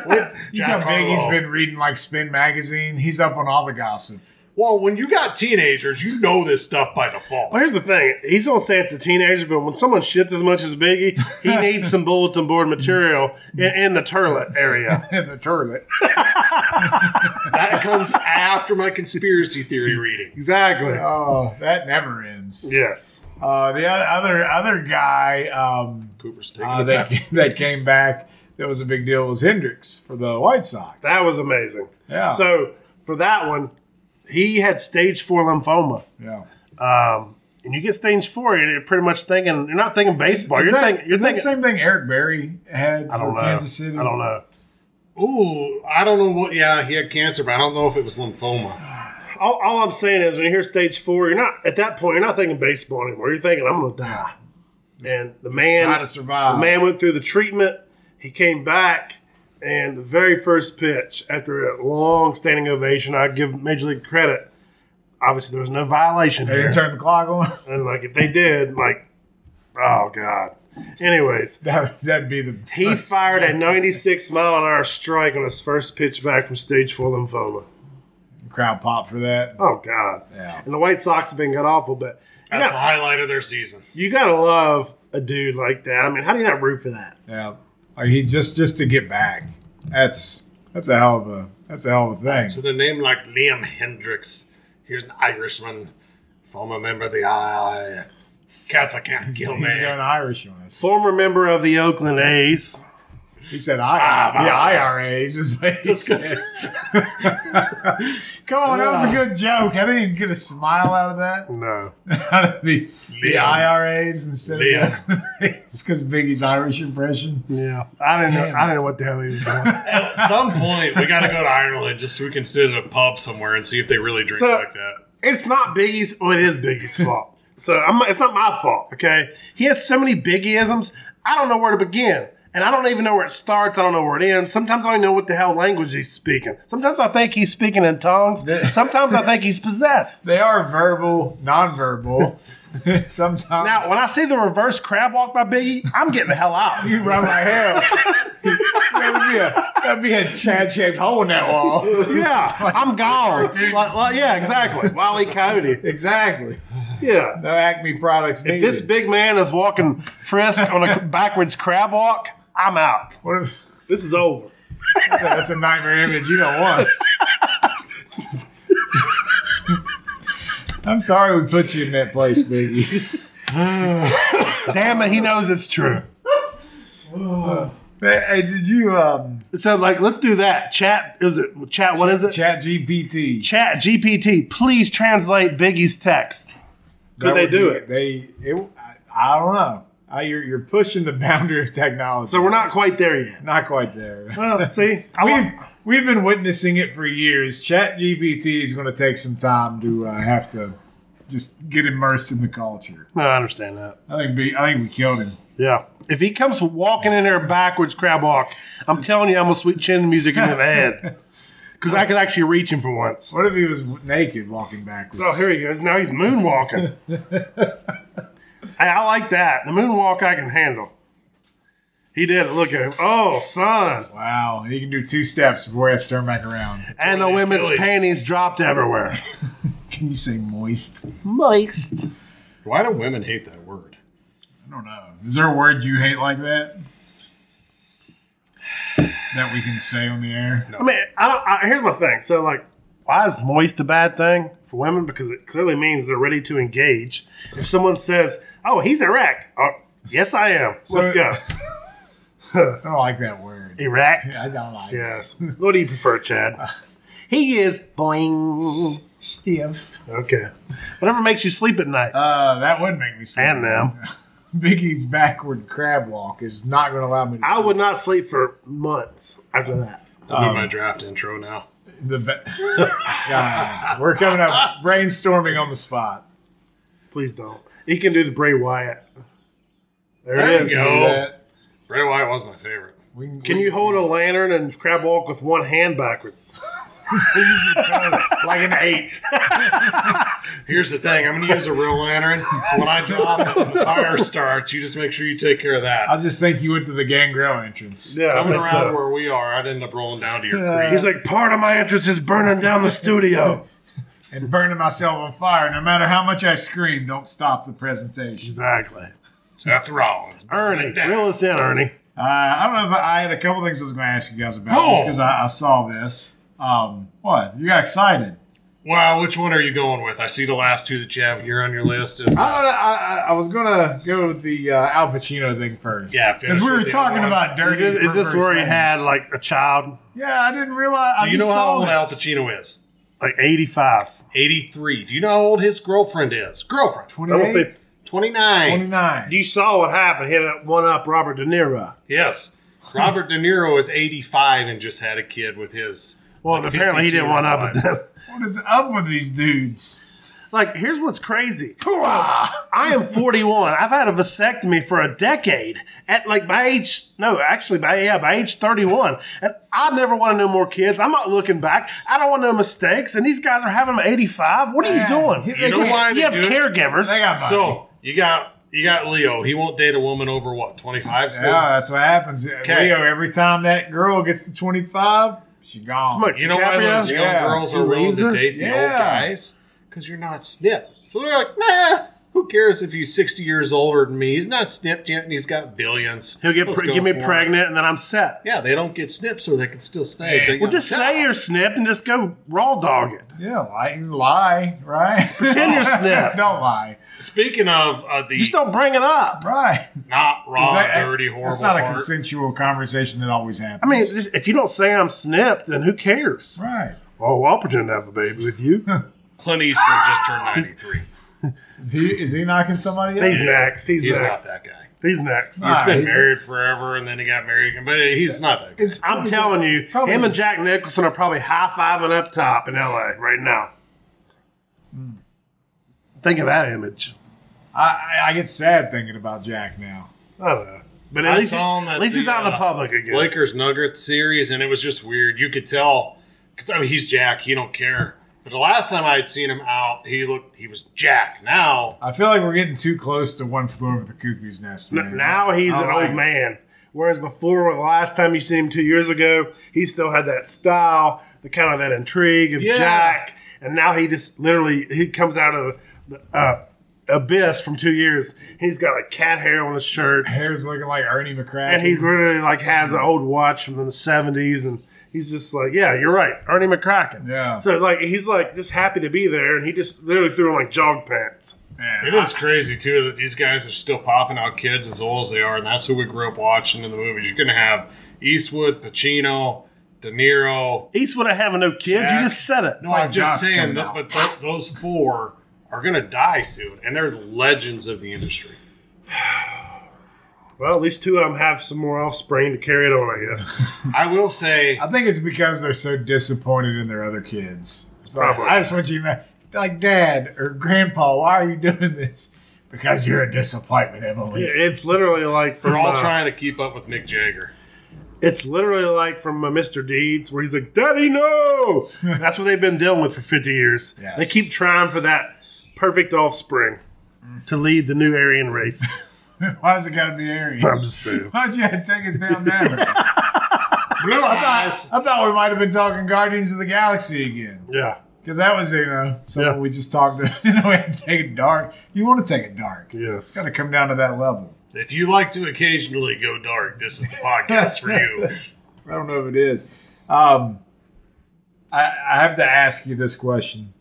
Speaker 3: With
Speaker 1: You
Speaker 3: Jack
Speaker 1: got big. He's
Speaker 3: Harlow.
Speaker 1: been reading like Spin magazine. He's up on all the gossip.
Speaker 3: Well, when you got teenagers, you know this stuff by default.
Speaker 2: Well, here's the thing. He's gonna say it's a teenager, but when someone shits as much as Biggie, he needs some bulletin board material in, in the toilet area.
Speaker 1: in the toilet.
Speaker 3: That comes after my conspiracy theory reading.
Speaker 2: Exactly.
Speaker 1: Oh, that never ends.
Speaker 2: Yes.
Speaker 1: Uh, the other other guy um,
Speaker 3: Cooper's taking
Speaker 1: uh,
Speaker 3: it back.
Speaker 1: that that came back that was a big deal was Hendricks for the White Sox.
Speaker 2: That was amazing.
Speaker 1: Yeah.
Speaker 2: So for that one, he had stage four lymphoma. Um,
Speaker 1: Yeah,
Speaker 2: And you get stage four, and you're pretty much thinking you're not thinking baseball.
Speaker 1: Is
Speaker 2: You're
Speaker 1: that-
Speaker 2: thinking you're
Speaker 1: is that
Speaker 2: thinking
Speaker 1: the same thing Eric Berry had
Speaker 2: I
Speaker 1: for
Speaker 2: don't know.
Speaker 1: Kansas City.
Speaker 2: I don't know.
Speaker 3: Ooh, I don't know what. Yeah, he had cancer, but I don't know if it was lymphoma.
Speaker 2: All, all I'm saying is when you hear stage four, you're not at that point, you're not thinking baseball anymore. You're thinking, I'm gonna die. And the man
Speaker 1: Try to
Speaker 2: The
Speaker 1: survive.
Speaker 2: man went through the treatment. He came back, and the very first pitch after a long standing ovation, I give Major League credit. Obviously, there was no violation
Speaker 1: they
Speaker 2: here.
Speaker 1: didn't turn the clock on.
Speaker 2: and like if they did, like, oh god. Anyways,
Speaker 1: That that'd be the
Speaker 2: he fired a 96 mile an hour strike on his first pitch back from stage four lymphoma.
Speaker 1: crowd pop for that.
Speaker 2: Oh god.
Speaker 1: Yeah.
Speaker 2: And the White Sox have been god awful, but you,
Speaker 3: That's
Speaker 2: got-
Speaker 3: a highlight of their season.
Speaker 2: you gotta love a dude like that. I mean, how do you not root for that?
Speaker 1: Yeah, like he just just to get back. That's that's a hell of a that's a hell of a thing.
Speaker 3: With a name like Liam Hendricks, here's an Irishman, former member of the I. Cats, I can't kill
Speaker 1: He's going
Speaker 3: man.
Speaker 1: Irish on us.
Speaker 2: Former member of the Oakland A's.
Speaker 1: He said, "I
Speaker 3: Ah,
Speaker 1: the IRAs is what he said." Come on, that was
Speaker 3: Ah.
Speaker 1: a good joke. I didn't even get a smile out of that.
Speaker 2: No.
Speaker 1: Out of the, the
Speaker 3: Liam.
Speaker 1: IRAs instead
Speaker 3: Liam.
Speaker 1: of the it's because Biggie's Irish impression.
Speaker 2: Yeah, I didn't
Speaker 1: Damn.
Speaker 2: know. I didn't know what the hell he was doing.
Speaker 3: At some point, we got to go to Ireland just so we can sit in a pub somewhere and see if they really drink
Speaker 2: So-
Speaker 3: like that.
Speaker 2: it's not Biggie's. Well, it is Biggie's fault. So I'm, it's not my fault. Okay, he has so many Biggieisms. I don't know where to begin. And I don't even know where it starts. I don't know where it ends. Sometimes I don't know what the hell language he's speaking. Sometimes I think he's speaking in tongues. Sometimes I think he's possessed.
Speaker 1: They are verbal, nonverbal. Sometimes
Speaker 2: Now, when I see the reverse crab walk by Biggie, I'm getting the hell out.
Speaker 1: you run like hell. that'd, be a, that'd be a Chad shaped hole in that wall.
Speaker 2: Yeah, I'm gone, dude. Like, like- yeah, exactly. Wally Coyote.
Speaker 1: Exactly.
Speaker 2: Yeah.
Speaker 1: No Acme products needed.
Speaker 2: This big man is walking frisk on a backwards crab walk. I'm out.
Speaker 1: What if-
Speaker 2: This is over.
Speaker 1: that's a nightmare image you don't want. I'm sorry we put you in that place, Biggie.
Speaker 2: Damn it, he knows it's true.
Speaker 1: Hey, hey, did you um,
Speaker 2: So, like, let's do that. Chat, is it chat? What is it?
Speaker 1: Chat GPT?
Speaker 2: Chat GPT, please translate Biggie's text.
Speaker 1: That
Speaker 2: they
Speaker 1: would
Speaker 2: do
Speaker 1: be-
Speaker 2: it?
Speaker 1: They, it, I, I don't know. I, you're, you're pushing the boundary of technology.
Speaker 2: So we're not quite there yet.
Speaker 1: not quite there.
Speaker 2: Well, see, I
Speaker 1: we've
Speaker 2: want,
Speaker 1: we've been witnessing it for years. Chat GPT is going to take some time to uh, have to just get immersed in the culture.
Speaker 2: no, I understand that.
Speaker 1: I think be, I think we killed him.
Speaker 2: Yeah, if he comes walking in there backwards crab walk, I'm telling you, I'm gonna sweet chin music in his head because I could actually reach him for once.
Speaker 1: What if he was naked walking backwards?
Speaker 2: Oh, here he goes. Now he's moonwalking. hey, I like that. The moonwalk I can handle. He did it. Look at him. Oh, son.
Speaker 1: Wow, he can do two steps before he has to turn back around.
Speaker 2: And the women's
Speaker 3: Achilles.
Speaker 2: panties dropped everywhere.
Speaker 1: Can you say moist?
Speaker 2: Moist.
Speaker 3: Why do women hate that word?
Speaker 1: I don't know. Is there a word you hate like that? That we can say on the air?
Speaker 2: I mean, I don't, I, here's my thing. So, like, why is moist a bad thing for women? Because it clearly means they're ready to engage. If someone says, oh, he's erect. Oh, yes, I am. Let's go.
Speaker 1: I don't like that word.
Speaker 2: Erect.
Speaker 1: I don't like it.
Speaker 2: Yes. What do you prefer, Chad? he is boing.
Speaker 1: Stiff.
Speaker 2: Okay. Whatever makes you sleep at night.
Speaker 1: Uh, that would make me sick.
Speaker 2: and them.
Speaker 1: Biggie's backward crab walk is not going to allow me to.
Speaker 2: I would not sleep for months after that.
Speaker 3: I'll do my draft intro now.
Speaker 1: The ba- Ah, we're coming up brainstorming on the spot.
Speaker 2: Please don't. He can do the Bray Wyatt. There,
Speaker 3: There
Speaker 2: it
Speaker 3: you
Speaker 2: is.
Speaker 1: See
Speaker 3: go.
Speaker 1: that?
Speaker 3: Bray Wyatt was my favorite.
Speaker 1: We
Speaker 2: Can you hold a lantern and crab walk with one hand backwards?
Speaker 1: like an eight?
Speaker 3: Here's the thing: I'm going to use a real lantern. So when I drop it, when the fire starts. You just make sure you take care of that.
Speaker 1: I just think you went to the gangrel entrance.
Speaker 2: Yeah,
Speaker 3: Coming around where we are, I'd end up rolling down to your creek.
Speaker 2: He's like, part of my entrance is burning down the studio.
Speaker 1: and burning myself on fire. No matter how much I scream, don't stop the presentation.
Speaker 2: exactly.
Speaker 3: Seth Rollins.
Speaker 2: Ernie, reel us in, Ernie.
Speaker 1: Uh, I don't know if I, I had a couple things I was going to ask you guys about just
Speaker 3: Oh.
Speaker 1: because I, I saw this. Um, what? You got excited?
Speaker 3: Wow, which one are you going with? I see the last two that you have here on your list. Is uh,
Speaker 1: I, don't know, I, I, I was gonna go with the uh, Al Pacino thing first.
Speaker 3: Yeah, finish
Speaker 1: because we were
Speaker 3: with the other
Speaker 1: talking
Speaker 3: one.
Speaker 1: about
Speaker 2: Is
Speaker 1: dirty.
Speaker 2: this, is this
Speaker 1: perverse
Speaker 2: where he
Speaker 1: things.
Speaker 2: had like a child,
Speaker 1: Yeah, I didn't realize. I
Speaker 3: do you
Speaker 1: just
Speaker 3: know how
Speaker 1: saw
Speaker 3: old
Speaker 1: this.
Speaker 3: Al Pacino is?
Speaker 2: like 85?
Speaker 3: 83. Do you know how old his girlfriend is? Girlfriend.
Speaker 2: I will say
Speaker 1: 28,
Speaker 3: 29.
Speaker 1: 29.
Speaker 2: you saw what happened. He had that one up Robert De Niro.
Speaker 3: Yes. Robert De Niro is 85 and just had a kid with his.
Speaker 2: Well,
Speaker 3: Like
Speaker 2: apparently he
Speaker 3: 52
Speaker 2: didn't want
Speaker 3: or
Speaker 2: up at
Speaker 3: whatever.
Speaker 2: them.
Speaker 1: What is up with these dudes?
Speaker 2: Like, here's what's crazy. I am 41. I've had a vasectomy for a decade. At like by age, no, actually by yeah, by age 31, and I never want to know more kids. I'm not looking back. I don't want no mistakes. And these guys are having them at 85. What are
Speaker 1: Yeah.
Speaker 2: you doing?
Speaker 1: You know
Speaker 3: why
Speaker 2: you
Speaker 3: they
Speaker 2: have
Speaker 3: do it?
Speaker 2: caregivers.
Speaker 1: They got money.
Speaker 3: So you got you got Leo. He won't date a woman over what 25 still.
Speaker 1: yeah, that's what happens. Leo, every time that girl gets to 25, she gone.
Speaker 2: Come on,
Speaker 3: You know why
Speaker 2: DiCaprio?
Speaker 3: those young
Speaker 1: Yeah.
Speaker 3: girls
Speaker 2: You
Speaker 3: are willing
Speaker 2: loser.
Speaker 3: to date the
Speaker 1: Yeah.
Speaker 3: old guys? Because you're not snip. So they're like, nah. Who cares if he's 60 years older than me? He's not snipped yet, and he's got billions.
Speaker 2: He'll get
Speaker 3: Let's
Speaker 2: pre-
Speaker 3: go
Speaker 2: get me
Speaker 3: for it.
Speaker 2: pregnant, and then I'm set.
Speaker 3: Yeah, they don't get snipped, so they can still stay.
Speaker 1: Yeah.
Speaker 3: They
Speaker 2: Well,
Speaker 3: got
Speaker 2: just
Speaker 3: a
Speaker 2: say
Speaker 3: job.
Speaker 2: you're snipped and just go raw dog it.
Speaker 1: Yeah, lie, you lie, right?
Speaker 2: Pretend you're snipped.
Speaker 1: Don't lie,
Speaker 3: Speaking of uh, the
Speaker 2: Just don't bring it up.
Speaker 1: right?
Speaker 3: not raw,
Speaker 1: Is that- eh,
Speaker 3: dirty, horrible
Speaker 1: That's not a
Speaker 3: part.
Speaker 1: consensual conversation that always happens.
Speaker 2: I mean, just, if you don't say I'm snipped, then who cares?
Speaker 1: right?
Speaker 2: Oh, well, I'll pretend to have a baby with you.
Speaker 3: Clint Eastwood just turned 93.
Speaker 1: Is he is he knocking somebody?
Speaker 2: He's
Speaker 1: Out?
Speaker 2: next. He's,
Speaker 3: He's not
Speaker 2: next.
Speaker 3: that guy.
Speaker 2: He's next.
Speaker 1: Nah.
Speaker 3: He's been
Speaker 1: he's-
Speaker 3: married forever, and then he got married again, but he's not that guy.
Speaker 1: It's
Speaker 2: I'm
Speaker 1: probably-
Speaker 2: telling you,
Speaker 1: probably-
Speaker 2: him and Jack Nicholson are probably high fiving up top in LA right now.
Speaker 1: Hmm.
Speaker 2: Think of that image.
Speaker 1: I, I, I get sad thinking about Jack now.
Speaker 2: I don't know. But at
Speaker 3: I
Speaker 2: least,
Speaker 3: saw him at
Speaker 2: at least he's
Speaker 3: the,
Speaker 2: out in the
Speaker 3: uh,
Speaker 2: public again.
Speaker 3: Lakers Nuggets series, and it was just weird. You could tell because I mean he's Jack. He don't care. But the last time I had seen him out, he looked he was Jack. Now
Speaker 1: I feel like we're getting too close to one floor of the cuckoo's nest.
Speaker 2: N-
Speaker 1: man.
Speaker 2: Now he's
Speaker 1: I
Speaker 2: an
Speaker 1: like
Speaker 2: old
Speaker 1: it.
Speaker 2: man. Whereas before, the last time you seen him two years ago, he still had that style, the kind of that intrigue of
Speaker 3: Yeah.
Speaker 2: Jack. And now he just literally he comes out of the, the uh, abyss from two years. He's got like cat hair on his shirt,
Speaker 1: Hair's looking like Ernie McCracken.
Speaker 2: and he really like has an old watch from the seventies, and he's just like, yeah, you're right, Ernie McCracken.
Speaker 1: Yeah.
Speaker 2: So like he's like just happy to be there, and he just literally threw on like jog pants.
Speaker 1: Man,
Speaker 3: it is crazy too that these guys are still popping out kids as old as they are, and that's who we grew up watching in the movies. You're gonna have Eastwood, Pacino, De Niro.
Speaker 2: Eastwood, I having no kids.
Speaker 3: Jack.
Speaker 2: You just said it.
Speaker 3: No,
Speaker 1: like
Speaker 3: I'm just
Speaker 1: Josh
Speaker 3: saying
Speaker 1: coming
Speaker 3: that,
Speaker 1: out.
Speaker 3: but th- those four are gonna die soon, and they're legends of the industry.
Speaker 2: Well, at least two of them have some more offspring to carry it on, I guess.
Speaker 3: I will say
Speaker 1: I think it's because they're so disappointed in their other kids. It's like,
Speaker 2: Probably.
Speaker 1: I just want you to know, like, Dad or Grandpa, why are you doing this? Because you're a disappointment, Emily.
Speaker 2: it's literally like from
Speaker 3: they're all
Speaker 2: uh,
Speaker 3: trying to keep up with Mick Jagger.
Speaker 2: It's literally like from uh, Mr. Deeds, where he's like, "Daddy, no!" That's what they've been dealing with for fifty years.
Speaker 1: Yes.
Speaker 2: They keep trying for that perfect offspring to lead the new Aryan race.
Speaker 1: Why's it got to be Harry?
Speaker 2: I'm just saying.
Speaker 1: Why'd you have to take us down that road? I, thought, I thought we might have been talking Guardians of the Galaxy again.
Speaker 2: Yeah,
Speaker 1: Because that was, you know, something
Speaker 2: Yeah.
Speaker 1: we just talked about. You know, we had to take it dark. You want to take it dark. It's
Speaker 2: yes.
Speaker 1: got to come down to that level.
Speaker 3: If you like to occasionally go dark, this is the podcast for you.
Speaker 1: I don't know if it is. Um, I, I have to ask you this question.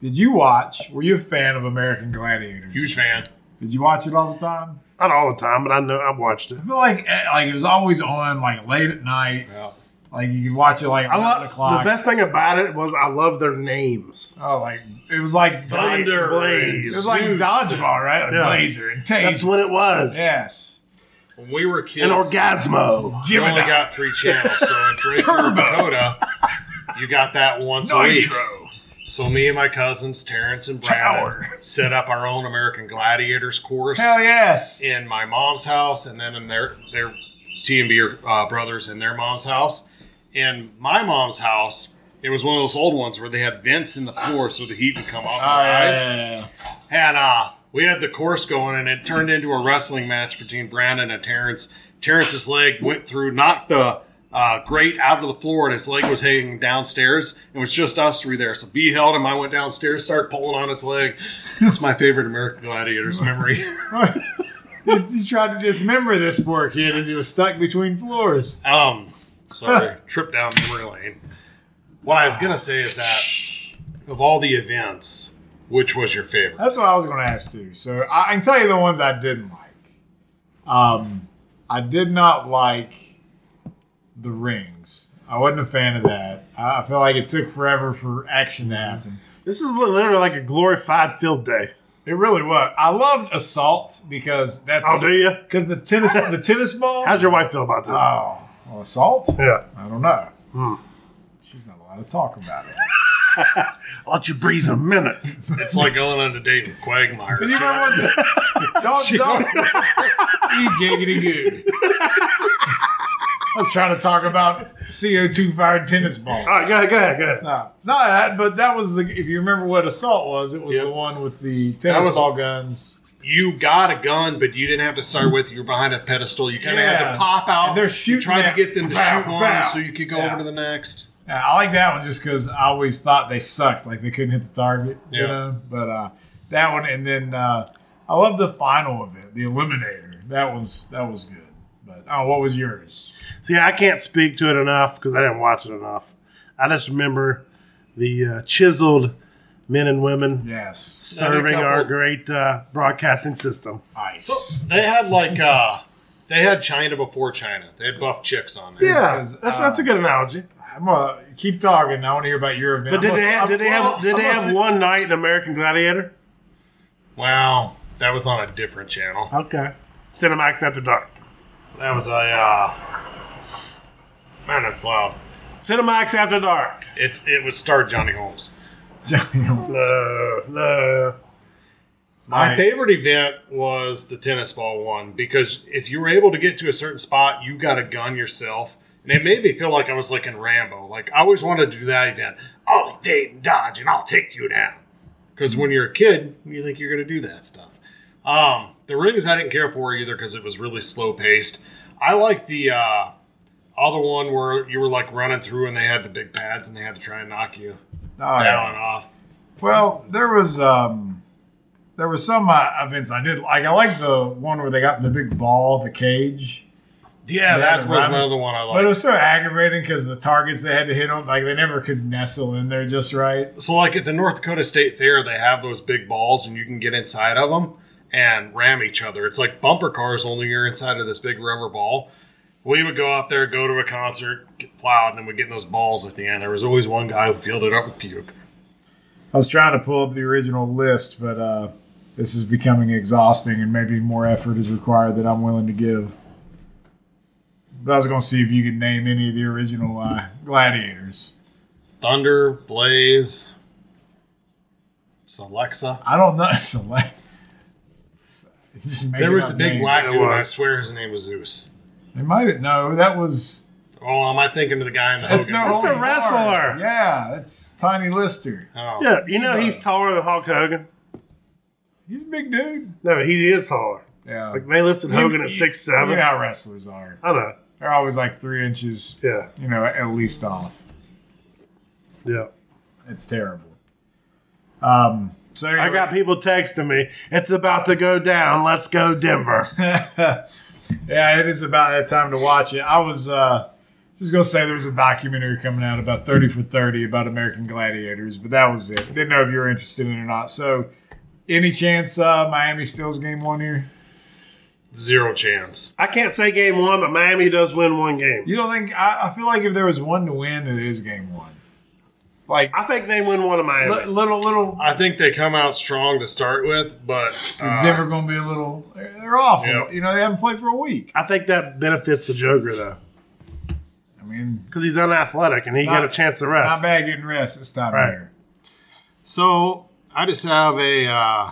Speaker 1: Did you watch, were you a fan of American Gladiators?
Speaker 3: Huge fan.
Speaker 1: Did you watch it all the time?
Speaker 2: Not all the time, but I know I've watched it.
Speaker 1: I feel like eh, like it was always on like late at night. Like you could watch it like
Speaker 2: I
Speaker 1: 11
Speaker 2: love
Speaker 1: o'clock.
Speaker 2: the best thing about it was I love their names.
Speaker 1: Oh, like it was like
Speaker 3: Thunder,
Speaker 1: It
Speaker 2: Blaze.
Speaker 1: was like
Speaker 3: Zeus.
Speaker 1: dodgeball, right? Like
Speaker 2: Yeah.
Speaker 1: Blazer and
Speaker 2: That's
Speaker 1: Taser.
Speaker 2: what it was.
Speaker 1: yes,
Speaker 3: When we were kids,
Speaker 2: An orgasmo.
Speaker 3: you only
Speaker 1: Gemini.
Speaker 3: got three channels. So in Drake, North Dakota, you got that once a week.
Speaker 1: Nitro.
Speaker 3: So me and my cousins, Terrence and Brandon,
Speaker 1: Tower.
Speaker 3: set up our own American Gladiators course
Speaker 1: Hell yes.
Speaker 3: in my mom's house, and then in their their T and B uh, brothers in their mom's house. In my mom's house, it was one of those old ones where they had vents in the floor so the heat would come off
Speaker 1: Oh,
Speaker 3: our
Speaker 1: yeah,
Speaker 3: eyes.
Speaker 1: yeah, yeah, yeah.
Speaker 3: And uh, we had the course going, and it turned into a wrestling match between Brandon and Terrence. Terrence's leg went through, knocked the uh, grate out of the floor, and his leg was hanging downstairs. It was just us three there. So B held him. I went downstairs, started pulling on his leg. That's my favorite American Gladiators memory.
Speaker 1: he tried to dismember this poor kid as he was stuck between floors.
Speaker 3: Um, sorry, trip down memory lane. What I was gonna say is that of all the events, which was your favorite?
Speaker 1: That's what I was going to ask too. So I, I can tell you the ones I didn't like. Um, I did not like the rings. I wasn't a fan of that. I, I feel like it took forever for action to happen.
Speaker 2: This is literally like a glorified field day.
Speaker 1: It really was. I loved assault because that's
Speaker 2: Oh, do you?
Speaker 1: because the tennis the tennis ball.
Speaker 2: How's your wife feel about this?
Speaker 1: oh well, assault?
Speaker 2: yeah. Hmm.
Speaker 1: I don't know. She's not allowed to talk about it.
Speaker 2: I'll let you breathe a minute.
Speaker 3: It's like going on a date with Quagmire.
Speaker 1: You know what? the- Don't don't. E giggity goo. I was trying to talk about CO2 fired tennis balls.
Speaker 2: All right, go ahead, go ahead, go ahead.
Speaker 1: No, no, that, but that was the. If you remember what assault was, it was
Speaker 3: Yep.
Speaker 1: the one with the tennis
Speaker 3: That was-
Speaker 1: ball guns.
Speaker 3: you got a gun, but you didn't have to start with. it. You were behind a pedestal. You kind of had
Speaker 1: Yeah.
Speaker 3: to pop out.
Speaker 1: And they're
Speaker 3: You
Speaker 1: shooting
Speaker 3: tried
Speaker 1: at-
Speaker 3: to get them to
Speaker 1: Bow,
Speaker 3: shoot one,
Speaker 1: bow.
Speaker 3: so you could go
Speaker 1: Yeah.
Speaker 3: over to the next.
Speaker 1: Yeah, I like that one just because I always thought they sucked, like they couldn't hit the target. You
Speaker 3: Yeah.
Speaker 1: know, but uh, that one, and then uh, I love the final of it, the eliminator. That was that was good. But oh, what was yours?
Speaker 2: See, I can't speak to it enough because I didn't watch it enough. I just remember the uh, chiseled men and women
Speaker 1: Yes,
Speaker 2: serving
Speaker 3: couple-
Speaker 2: our great uh, broadcasting system.
Speaker 1: ice.
Speaker 3: So they had like uh, they had China before China. They had buff chicks on there.
Speaker 2: Yeah,
Speaker 1: is,
Speaker 2: that's
Speaker 1: uh,
Speaker 2: that's a good analogy.
Speaker 1: I'm gonna keep talking. I want to hear about your event.
Speaker 2: But did
Speaker 1: I'm
Speaker 2: they
Speaker 1: gonna-
Speaker 2: have did they
Speaker 1: well,
Speaker 2: have did they
Speaker 1: I'm
Speaker 2: have
Speaker 1: gonna-
Speaker 2: one night in American Gladiator?
Speaker 3: Wow, that was on a different channel.
Speaker 2: Okay, Cinemax After Dark.
Speaker 3: That was a uh, man. That's loud.
Speaker 2: Cinemax After Dark.
Speaker 3: It's it was starred Johnny Holmes.
Speaker 1: Johnny,
Speaker 2: No, no.
Speaker 3: My
Speaker 1: Right.
Speaker 3: favorite event was the tennis ball one because if you were able to get to a certain spot, you got a gun yourself. And it made me feel like I was like in Rambo. Like I always wanted to do that event. I'll evade and dodge and I'll take you down. Because when you're a kid, you think you're going to do that stuff. Um, the rings I didn't care for either because it was really slow paced. I like the uh, other one where you were like running through and they had the big pads and they had to try and knock you
Speaker 1: Oh, yeah.
Speaker 3: down and off.
Speaker 1: Well, there was um, there was some uh, events I did like. I like the one where they got in the big ball, the cage.
Speaker 3: Yeah,
Speaker 1: They had
Speaker 3: that
Speaker 1: to
Speaker 3: was
Speaker 1: run.
Speaker 3: another one I
Speaker 1: But it
Speaker 3: liked.
Speaker 1: was so aggravating because the targets they had to hit on, like they never could nestle in there just right.
Speaker 3: So, like at the North Dakota State Fair, they have those big balls, and you can get inside of them and ram each other. It's like bumper cars, only you're inside of this big rubber ball. We would go out there, go to a concert, get plowed, and then we'd get in those balls at the end. There was always one guy who filled it up with puke.
Speaker 1: I was trying to pull up the original list, but uh, this is becoming exhausting, and maybe more effort is required that I'm willing to give. But I was going to see if you could name any of the original uh, gladiators.
Speaker 3: Thunder, Blaze, it's Alexa.
Speaker 1: I don't know. It's a la- Just
Speaker 3: There
Speaker 1: making
Speaker 3: was a
Speaker 1: up
Speaker 3: big
Speaker 1: names.
Speaker 3: Latin one. I
Speaker 2: was.
Speaker 3: swear his name was Zeus.
Speaker 1: They might have, no, that was
Speaker 3: Oh, am I thinking of the guy in the
Speaker 1: that's
Speaker 3: Hogan?
Speaker 1: no
Speaker 2: That's the
Speaker 1: holds barred.
Speaker 2: wrestler.
Speaker 1: Yeah, that's Tiny Lister.
Speaker 3: Oh.
Speaker 2: Yeah, you know he's taller than Hulk Hogan.
Speaker 1: He's a big dude.
Speaker 2: No, he is taller.
Speaker 1: Yeah,
Speaker 2: Like they listed Hogan at six seven.
Speaker 1: You know how wrestlers are.
Speaker 2: I know.
Speaker 1: They're always like three inches,
Speaker 2: Yeah,
Speaker 1: you know, at least off.
Speaker 2: yeah.
Speaker 1: It's terrible. Um, so
Speaker 2: I got people texting me. It's about to go down. Let's go Denver.
Speaker 1: yeah, it is about that time to watch it. I was uh, just gonna say there was a documentary coming out about thirty for thirty about American gladiators, but that was it. Didn't know if you were interested in it or not. So, any chance uh, Miami steals game one here?
Speaker 3: Zero chance.
Speaker 2: I can't say game one, but Miami does win one game.
Speaker 1: You don't think? I, I feel like if there was one to win, it is game one. Like
Speaker 2: I think they win one of Miami.
Speaker 1: li- little little.
Speaker 3: I think they come out strong to start with, but
Speaker 1: Is
Speaker 3: uh,
Speaker 1: Denver going to be a little? They're they're awful.
Speaker 3: Yeah.
Speaker 1: You know they haven't played for a week.
Speaker 2: I think that benefits the Joker though,
Speaker 1: I mean,
Speaker 2: because he's unathletic and he got a
Speaker 1: not-
Speaker 2: chance to
Speaker 1: it's not
Speaker 2: rest.
Speaker 1: bad getting rest this time
Speaker 2: Right.
Speaker 1: of year.
Speaker 3: So I just have a. Uh,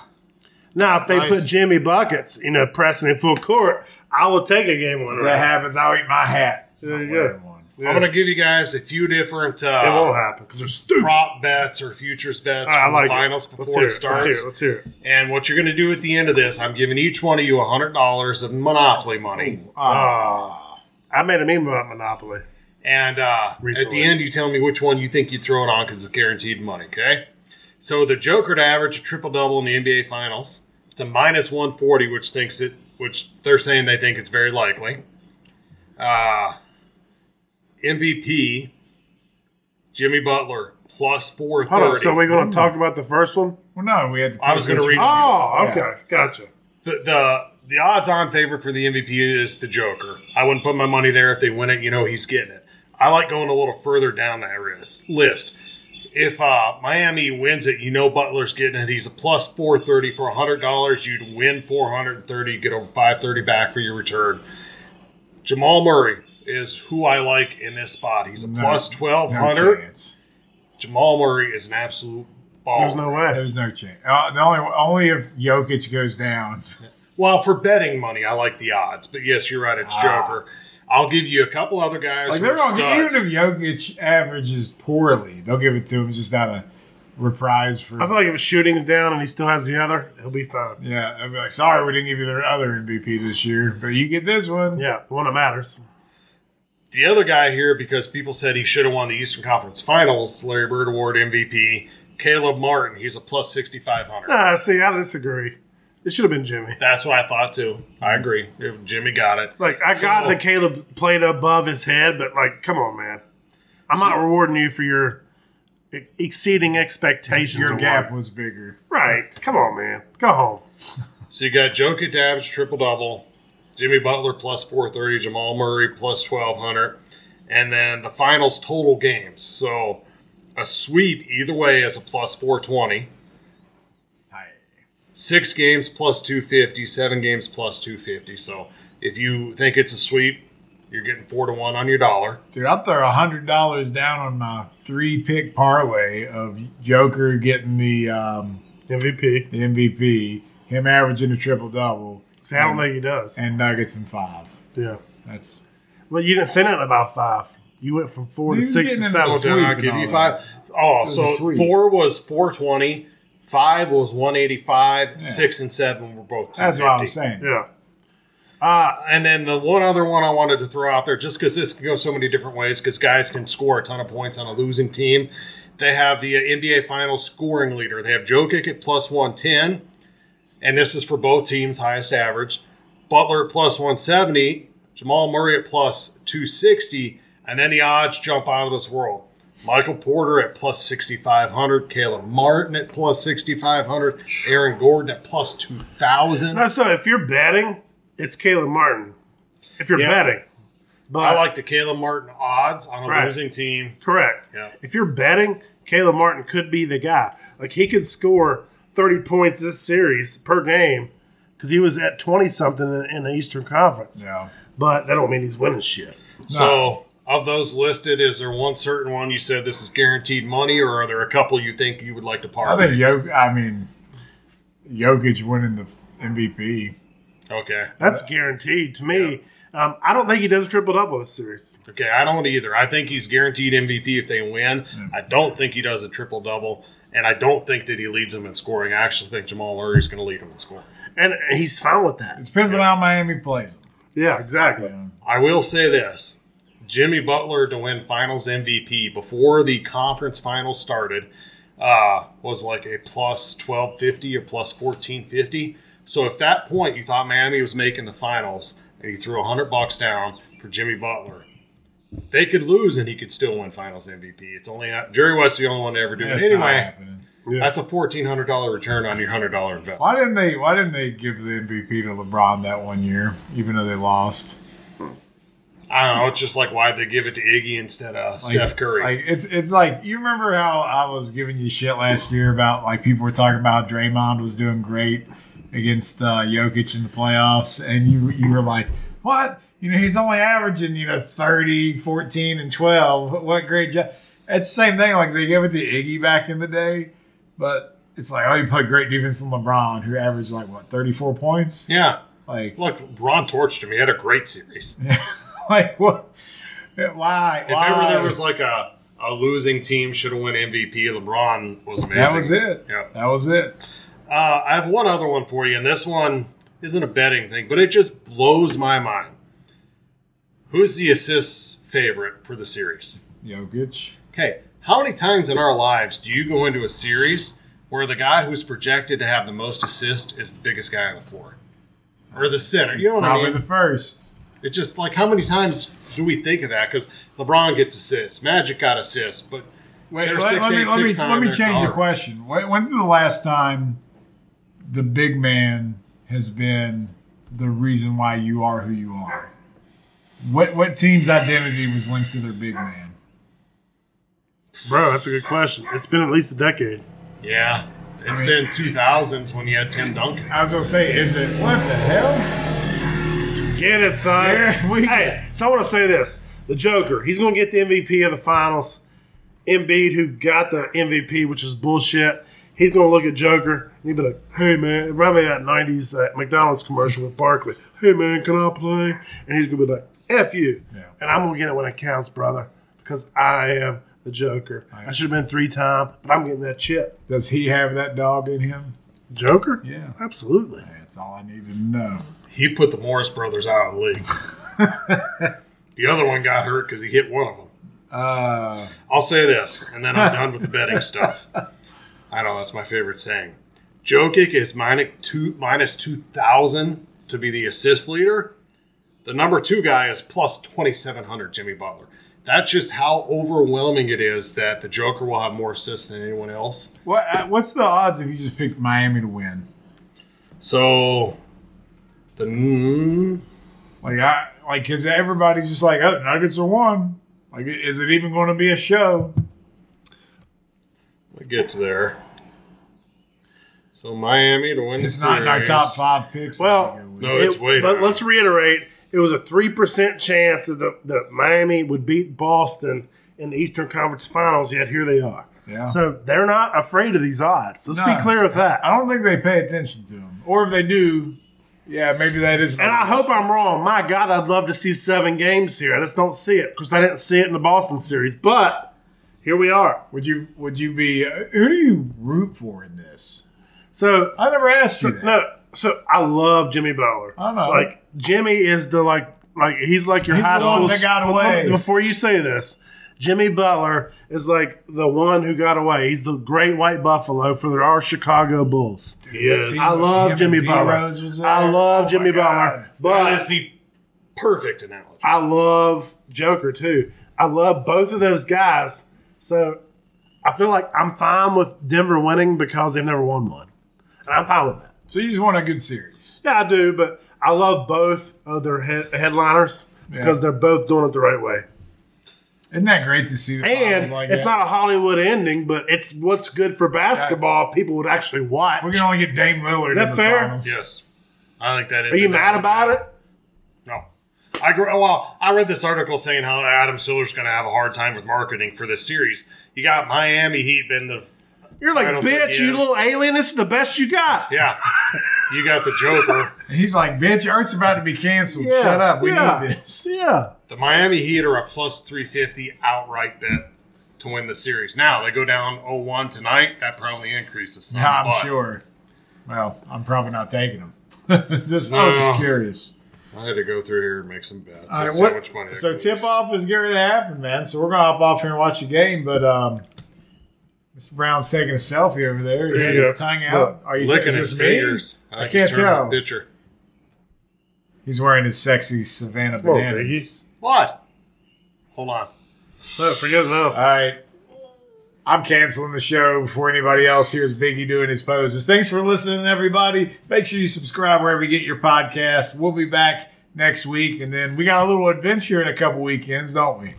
Speaker 2: Now, if they
Speaker 3: Nice.
Speaker 2: put Jimmy buckets, you know, pressing in full court, I will take a game one.
Speaker 1: That
Speaker 2: Right?
Speaker 1: happens. I'll eat my hat.
Speaker 2: There you
Speaker 1: Not
Speaker 2: go.
Speaker 1: wearing one.
Speaker 3: I'm going to give you guys a few different
Speaker 2: It won't
Speaker 3: uh,
Speaker 2: happen because they're stupid.
Speaker 3: prop bets or futures bets
Speaker 2: I
Speaker 3: from
Speaker 2: like
Speaker 3: the finals
Speaker 2: it.
Speaker 3: before it
Speaker 2: Let's hear it.
Speaker 3: starts.
Speaker 2: Let's hear it. Let's hear it.
Speaker 3: And what you're going to do at the end of this, I'm giving each one of you $100 of Monopoly
Speaker 2: Oh,
Speaker 3: money.
Speaker 1: Ah.
Speaker 2: I made a meme about Monopoly.
Speaker 3: And uh, at
Speaker 2: Recently.
Speaker 3: the end, you tell me which one you think you'd throw it on because it's guaranteed money, okay? So the Joker to average a triple double in the NBA Finals. It's a minus 140, which thinks it, which they're saying they think it's very likely. Uh, MVP, Jimmy Butler, plus
Speaker 2: Hold
Speaker 3: 430.
Speaker 2: on. Oh, So we're going to talk about the first one.
Speaker 1: well, no, we had to.
Speaker 3: I was gonna
Speaker 1: which-
Speaker 3: read-
Speaker 2: Oh,
Speaker 1: Yeah.
Speaker 2: okay, gotcha.
Speaker 3: the the the odds on favorite for the MVP is the Joker. I wouldn't put my money there if they win it. You know he's getting it. I like going a little further down that risk, list. If uh, Miami wins it, you know Butler's getting it. He's a plus four thirty for hundred dollars. You'd win four hundred and thirty, get over five thirty back for your return. Jamal Murray is who I like in this spot. He's a
Speaker 1: No,
Speaker 3: plus twelve
Speaker 1: No
Speaker 3: hundred.
Speaker 1: chance.
Speaker 3: Jamal Murray is an absolute baller.
Speaker 2: There's no way.
Speaker 1: There's no chance. Uh, the only only if Jokic goes down.
Speaker 3: Well, for betting money, I like the odds, but yes, you're right. It's Joker. I'll give you a couple other guys.
Speaker 1: Ah. Like
Speaker 3: who
Speaker 1: they're
Speaker 3: are
Speaker 1: gonna
Speaker 3: studs.
Speaker 1: even if Jokic averages poorly, they'll give it to him just out of reprise for.
Speaker 2: I feel like if shooting's down and he still has the other, he'll be fine.
Speaker 1: yeah, I'd be like, sorry, we didn't give you the other MVP this year, but you get this one.
Speaker 2: Yeah, the one that matters.
Speaker 3: the other guy here, because people said he should have won the Eastern Conference Finals, Larry Bird Award MVP, Caleb Martin. He's a plus 6,500.
Speaker 2: Ah, see, I disagree. It should have been Jimmy.
Speaker 3: That's what I thought too. I
Speaker 1: Hmm.
Speaker 3: agree. If Jimmy got it.
Speaker 2: Like, I got
Speaker 3: So-
Speaker 2: that Caleb played above his head, but like, come on, man. I'm not rewarding you for your e- exceeding expectations.
Speaker 1: Your
Speaker 2: award.
Speaker 1: gap was bigger.
Speaker 2: right? Come on, man. Go home.
Speaker 3: So you got Jokic to average triple double, Jimmy Butler plus 430, Jamal Murray plus 1200, and then the finals total games. So a sweep either way is a plus 420. six games plus 250 seven games plus 250 so if you think it's a sweep you're getting four to one on your dollar
Speaker 1: Dude, I throw hundred dollars down on my three pick parlay of Joker getting the um,
Speaker 2: MVP.
Speaker 1: the MVP, him averaging a triple double,
Speaker 2: See, I don't think he does.
Speaker 1: and Nuggets in five.
Speaker 2: yeah.
Speaker 1: That's
Speaker 2: Well, you didn't send it about five. You went from four
Speaker 1: He
Speaker 2: to
Speaker 1: was
Speaker 2: six
Speaker 1: getting
Speaker 2: to
Speaker 1: in
Speaker 2: seven.
Speaker 1: the
Speaker 3: Well, then I'll
Speaker 1: Sweet
Speaker 3: give
Speaker 1: and
Speaker 3: you
Speaker 1: all that.
Speaker 3: five. Oh,
Speaker 1: was
Speaker 3: so
Speaker 1: a sweet.
Speaker 3: four was 420, five was 185, six and seven were both.
Speaker 1: that's what I
Speaker 3: 250.
Speaker 1: was saying.
Speaker 2: Yeah. Uh,
Speaker 3: And then the one other one I wanted to throw out there, just because this can go so many different ways, because guys can score a ton of points on a losing team. They have the uh, NBA Finals scoring leader. They have Jokic at plus 110, and this is for both teams' highest average. Butler at plus 170, Jamal Murray at plus 260, and then the odds jump out of this world. Michael Porter at plus 6,500, Caleb Martin at plus 6,500, Aaron Gordon at plus 2,000.
Speaker 2: No, so if you're betting, it's Caleb Martin. If you're
Speaker 3: Yeah.
Speaker 2: betting, but
Speaker 3: I like the Caleb Martin odds on a
Speaker 2: Right.
Speaker 3: losing team.
Speaker 2: correct.
Speaker 3: Yeah.
Speaker 2: If you're betting, Caleb Martin could be the guy. Like he could score 30 points this series per game because he was at 20 something in, in the Eastern Conference.
Speaker 1: Yeah.
Speaker 2: But that don't mean he's winning shit.
Speaker 3: So, of those listed, is there one certain one you said this is guaranteed money, or are there a couple you think you would like to
Speaker 1: I
Speaker 3: parlay?
Speaker 1: think Jok- I mean, Jokic winning the MVP.
Speaker 3: Okay,
Speaker 2: That's guaranteed to me. Um, I don't think he does a triple double this series.
Speaker 3: okay, I don't either. I think he's guaranteed MVP if they win. I don't think he does a triple double, and I don't think that he leads them in scoring. I actually think Jamal Murray's going to lead them in scoring.
Speaker 2: And he's fine with that.
Speaker 1: Depends on how Miami plays. him.
Speaker 2: Yeah, exactly.
Speaker 3: I will say this Jimmy Butler to win finals MVP before the conference finals started uh, was like a plus 1250 or plus 1450. So if that point you thought Miami was making the finals and you threw 100 bucks down for Jimmy Butler, they could lose and he could still win finals MVP. It's only Jerry West's the only one to ever do
Speaker 1: That's
Speaker 3: it.
Speaker 1: not
Speaker 3: Anyway,
Speaker 1: happening.
Speaker 3: that's a $1,400 return on your $100 investment.
Speaker 1: Why didn't they? Why didn't they give the MVP to LeBron that one year, even though they lost?
Speaker 3: I don't know. It's just like why'd they give it to Iggy instead of
Speaker 1: Like-
Speaker 3: Steph Curry?
Speaker 1: Like it's it's like you remember how I was giving you shit last year about like people were talking about Draymond was doing great against uh, Jokic in the playoffs, and you you were like, what? You know, he's only averaging you know 30, 14, and twelve. What- What great job! It's the same thing. Like they gave it to Iggy back in the day, but it's like oh, you played great defense on LeBron, who averaged like what thirty four points.
Speaker 3: yeah.
Speaker 1: Like
Speaker 3: Look, Ron torched him. He had a great series. If
Speaker 1: like what? Why?
Speaker 3: ever
Speaker 1: Why?
Speaker 3: there was like a, a losing team should have won MVP, LeBron was amazing.
Speaker 1: that was it.
Speaker 3: Yeah.
Speaker 1: That was it.
Speaker 3: Uh, I have one other one for you, and this one isn't a betting thing, but it just blows my mind. Who's the assists favorite for the series?
Speaker 1: Jokic.
Speaker 3: Okay, how many times in our lives do you go into a series where the guy who's projected to have the most assists is the biggest guy on the floor? Or the center? You know what I
Speaker 1: Probably
Speaker 3: mean?
Speaker 1: the first.
Speaker 3: It's just like how many times do we think of that? Because LeBron gets assists, Magic got assists, but
Speaker 1: Wait,
Speaker 3: They're
Speaker 1: let,
Speaker 3: six,
Speaker 1: let me,
Speaker 3: eight,
Speaker 1: let, me,
Speaker 3: six, nine,
Speaker 1: let me
Speaker 3: they're
Speaker 1: change the
Speaker 3: guards.
Speaker 1: question. When- When's the last time the big man has been the reason why you are who you are? What what team's identity was linked to their big man?
Speaker 2: Bro, that's a good question. It's been at least a decade.
Speaker 3: yeah, it's
Speaker 1: I mean-
Speaker 3: been 2000s when you had Tim Duncan.
Speaker 1: I was gonna say, is it what the hell?
Speaker 2: Get it, son.
Speaker 1: Yeah, we-
Speaker 2: hey, so I want to say this: the Joker, he's going to get the MVP of the finals. Embiid, who got the MVP, which is bullshit, he's going to look at Joker and he'll be like, "Hey man, it remind me of that '90s uh, McDonald's commercial with Barkley. Hey man, can I play?" And he's going to be like, "F you,"
Speaker 1: Yeah.
Speaker 2: and I'm going to get it when it counts, brother, because I am the Joker. I should have been three time, but I'm getting that chip.
Speaker 1: Does he have that dog in him?
Speaker 2: Joker,
Speaker 1: Yeah.
Speaker 2: absolutely.
Speaker 1: That's all I needed to know.
Speaker 3: He put the Morris brothers out of the league. the other one got hurt because he hit one of them.
Speaker 1: Uh,
Speaker 3: I'll say this, and then I'm done with the betting stuff. I know that's my favorite saying. Jokic is minus two minus two thousand to be the assist leader. The number two guy is plus twenty seven hundred. Jimmy Butler. That's just how overwhelming it is that the Joker will have more assists than anyone else.
Speaker 1: what uh, what's the odds if you just picked Miami to win?
Speaker 3: So the mm,
Speaker 1: Like I like because everybody's just like, oh, the Nuggets are one. Like, is it even going to be a show?
Speaker 3: we get to there. So Miami to win.
Speaker 1: It's
Speaker 3: the
Speaker 1: not in our
Speaker 3: series.
Speaker 1: top five picks.
Speaker 2: Well,
Speaker 3: No, it's
Speaker 2: It-
Speaker 3: way
Speaker 2: But
Speaker 3: down.
Speaker 2: let's reiterate: it was a three percent chance that the, that Miami would beat Boston in the Eastern Conference Finals. Yet here they are.
Speaker 1: Yeah.
Speaker 2: So they're not afraid of these odds. Let's
Speaker 1: No.
Speaker 2: be clear with that.
Speaker 1: I don't think they pay attention to them, or if they do, yeah, maybe that is.
Speaker 2: And I hope I'm wrong. My God, I'd love to see seven games here. I just don't see it because I didn't see it in the Boston series. But here we are.
Speaker 1: Would you Would you be uh, who do you root for in this?
Speaker 2: So
Speaker 1: I never asked you that.
Speaker 2: no, so I love Jimmy Butler.
Speaker 1: I know.
Speaker 2: Like Jimmy is the like like he's like your
Speaker 1: He's
Speaker 2: high
Speaker 1: the one
Speaker 2: school
Speaker 1: that got away.
Speaker 2: Before you say this, Jimmy Butler is like the one who got away. He's the great white buffalo for our Chicago Bulls.
Speaker 3: Yes.
Speaker 1: team-
Speaker 2: I love
Speaker 1: him
Speaker 2: Jimmy
Speaker 1: and
Speaker 2: Butler.
Speaker 1: D-Rose was
Speaker 2: I
Speaker 1: there.
Speaker 2: love Jimmy
Speaker 1: God.
Speaker 2: Butler, but
Speaker 3: that is the perfect analogy.
Speaker 2: I love Joker too. I love both of those guys. So I feel like I'm fine with Denver winning because they've never won one. And I'm fine with that.
Speaker 1: So you just want a good series.
Speaker 2: Yeah, I do, but I love both of their head- headliners because they're both doing it the right way.
Speaker 1: Isn't that great to see? The
Speaker 2: And
Speaker 1: finals like
Speaker 2: it's
Speaker 1: that?
Speaker 2: not a Hollywood ending, but it's what's good for basketball. People would actually watch.
Speaker 1: We can only get Dame Lillard. Is
Speaker 2: that
Speaker 1: in the
Speaker 2: fair?
Speaker 1: Finals.
Speaker 3: Yes. I like that.
Speaker 2: Are you mad about it?
Speaker 3: No. I grew, well, I read this article saying how Adam Silver's going to have a hard time with marketing for this series. You got Miami Heat, then the
Speaker 2: You're like,
Speaker 3: I don't
Speaker 2: bitch,
Speaker 3: think-
Speaker 2: you
Speaker 3: yeah.
Speaker 2: little alien. This is the best you got.
Speaker 3: yeah, you got the Joker.
Speaker 1: And he's like, bitch, Earth's about to be canceled.
Speaker 2: Yeah,
Speaker 1: Shut up. We
Speaker 2: yeah.
Speaker 1: need this.
Speaker 2: Yeah.
Speaker 3: The Miami Heat are a plus three fifty outright bet to win the series. Now they go down 0-1 tonight. That probably increases. Some,
Speaker 1: Nah, I'm
Speaker 3: but
Speaker 1: sure. Well, I'm probably not taking them. just, I was
Speaker 3: No.
Speaker 1: just curious.
Speaker 3: I had to go through here and make some bets.
Speaker 1: All right,
Speaker 3: That's
Speaker 1: what-
Speaker 3: how much money. I
Speaker 1: so
Speaker 3: can
Speaker 1: tip
Speaker 3: lose.
Speaker 1: off is getting to happen, man. So we're gonna hop off here and watch the game, but um, Mr. Brown's taking a selfie over there. He
Speaker 2: There
Speaker 1: had
Speaker 2: you
Speaker 1: his
Speaker 2: go.
Speaker 1: tongue out. Are you
Speaker 3: Licking
Speaker 1: is
Speaker 3: his
Speaker 1: this me?
Speaker 3: fingers.
Speaker 1: I
Speaker 3: think he's
Speaker 1: can't
Speaker 3: turning
Speaker 1: tell.
Speaker 3: the Picture.
Speaker 1: He's wearing his sexy Savannah
Speaker 2: Come on,
Speaker 1: bananas.
Speaker 3: What? Hold on.
Speaker 2: Look, forget that.
Speaker 1: All right. I'm canceling the show before anybody else hears Biggie doing his poses. Thanks for listening, everybody. Make sure you subscribe wherever you get your podcast. We'll be back next week, and then we got a little adventure in a couple weekends, don't we?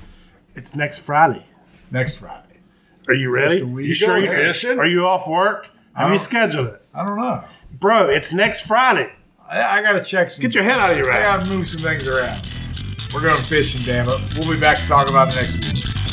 Speaker 2: It's next Friday.
Speaker 1: Next Friday.
Speaker 2: Are you ready?
Speaker 1: a week.
Speaker 2: You sure
Speaker 1: Going
Speaker 2: you
Speaker 3: fishing?
Speaker 2: Are you off work? Uh-huh. Have
Speaker 1: don't-
Speaker 2: you scheduled it,
Speaker 1: I don't know.
Speaker 2: bro? It's next Friday.
Speaker 1: I, I gotta check some.
Speaker 2: Get your head out of your
Speaker 1: I
Speaker 2: ass.
Speaker 1: gotta move some things around. We're going fishing, damn it. We'll be back to talk about it next week.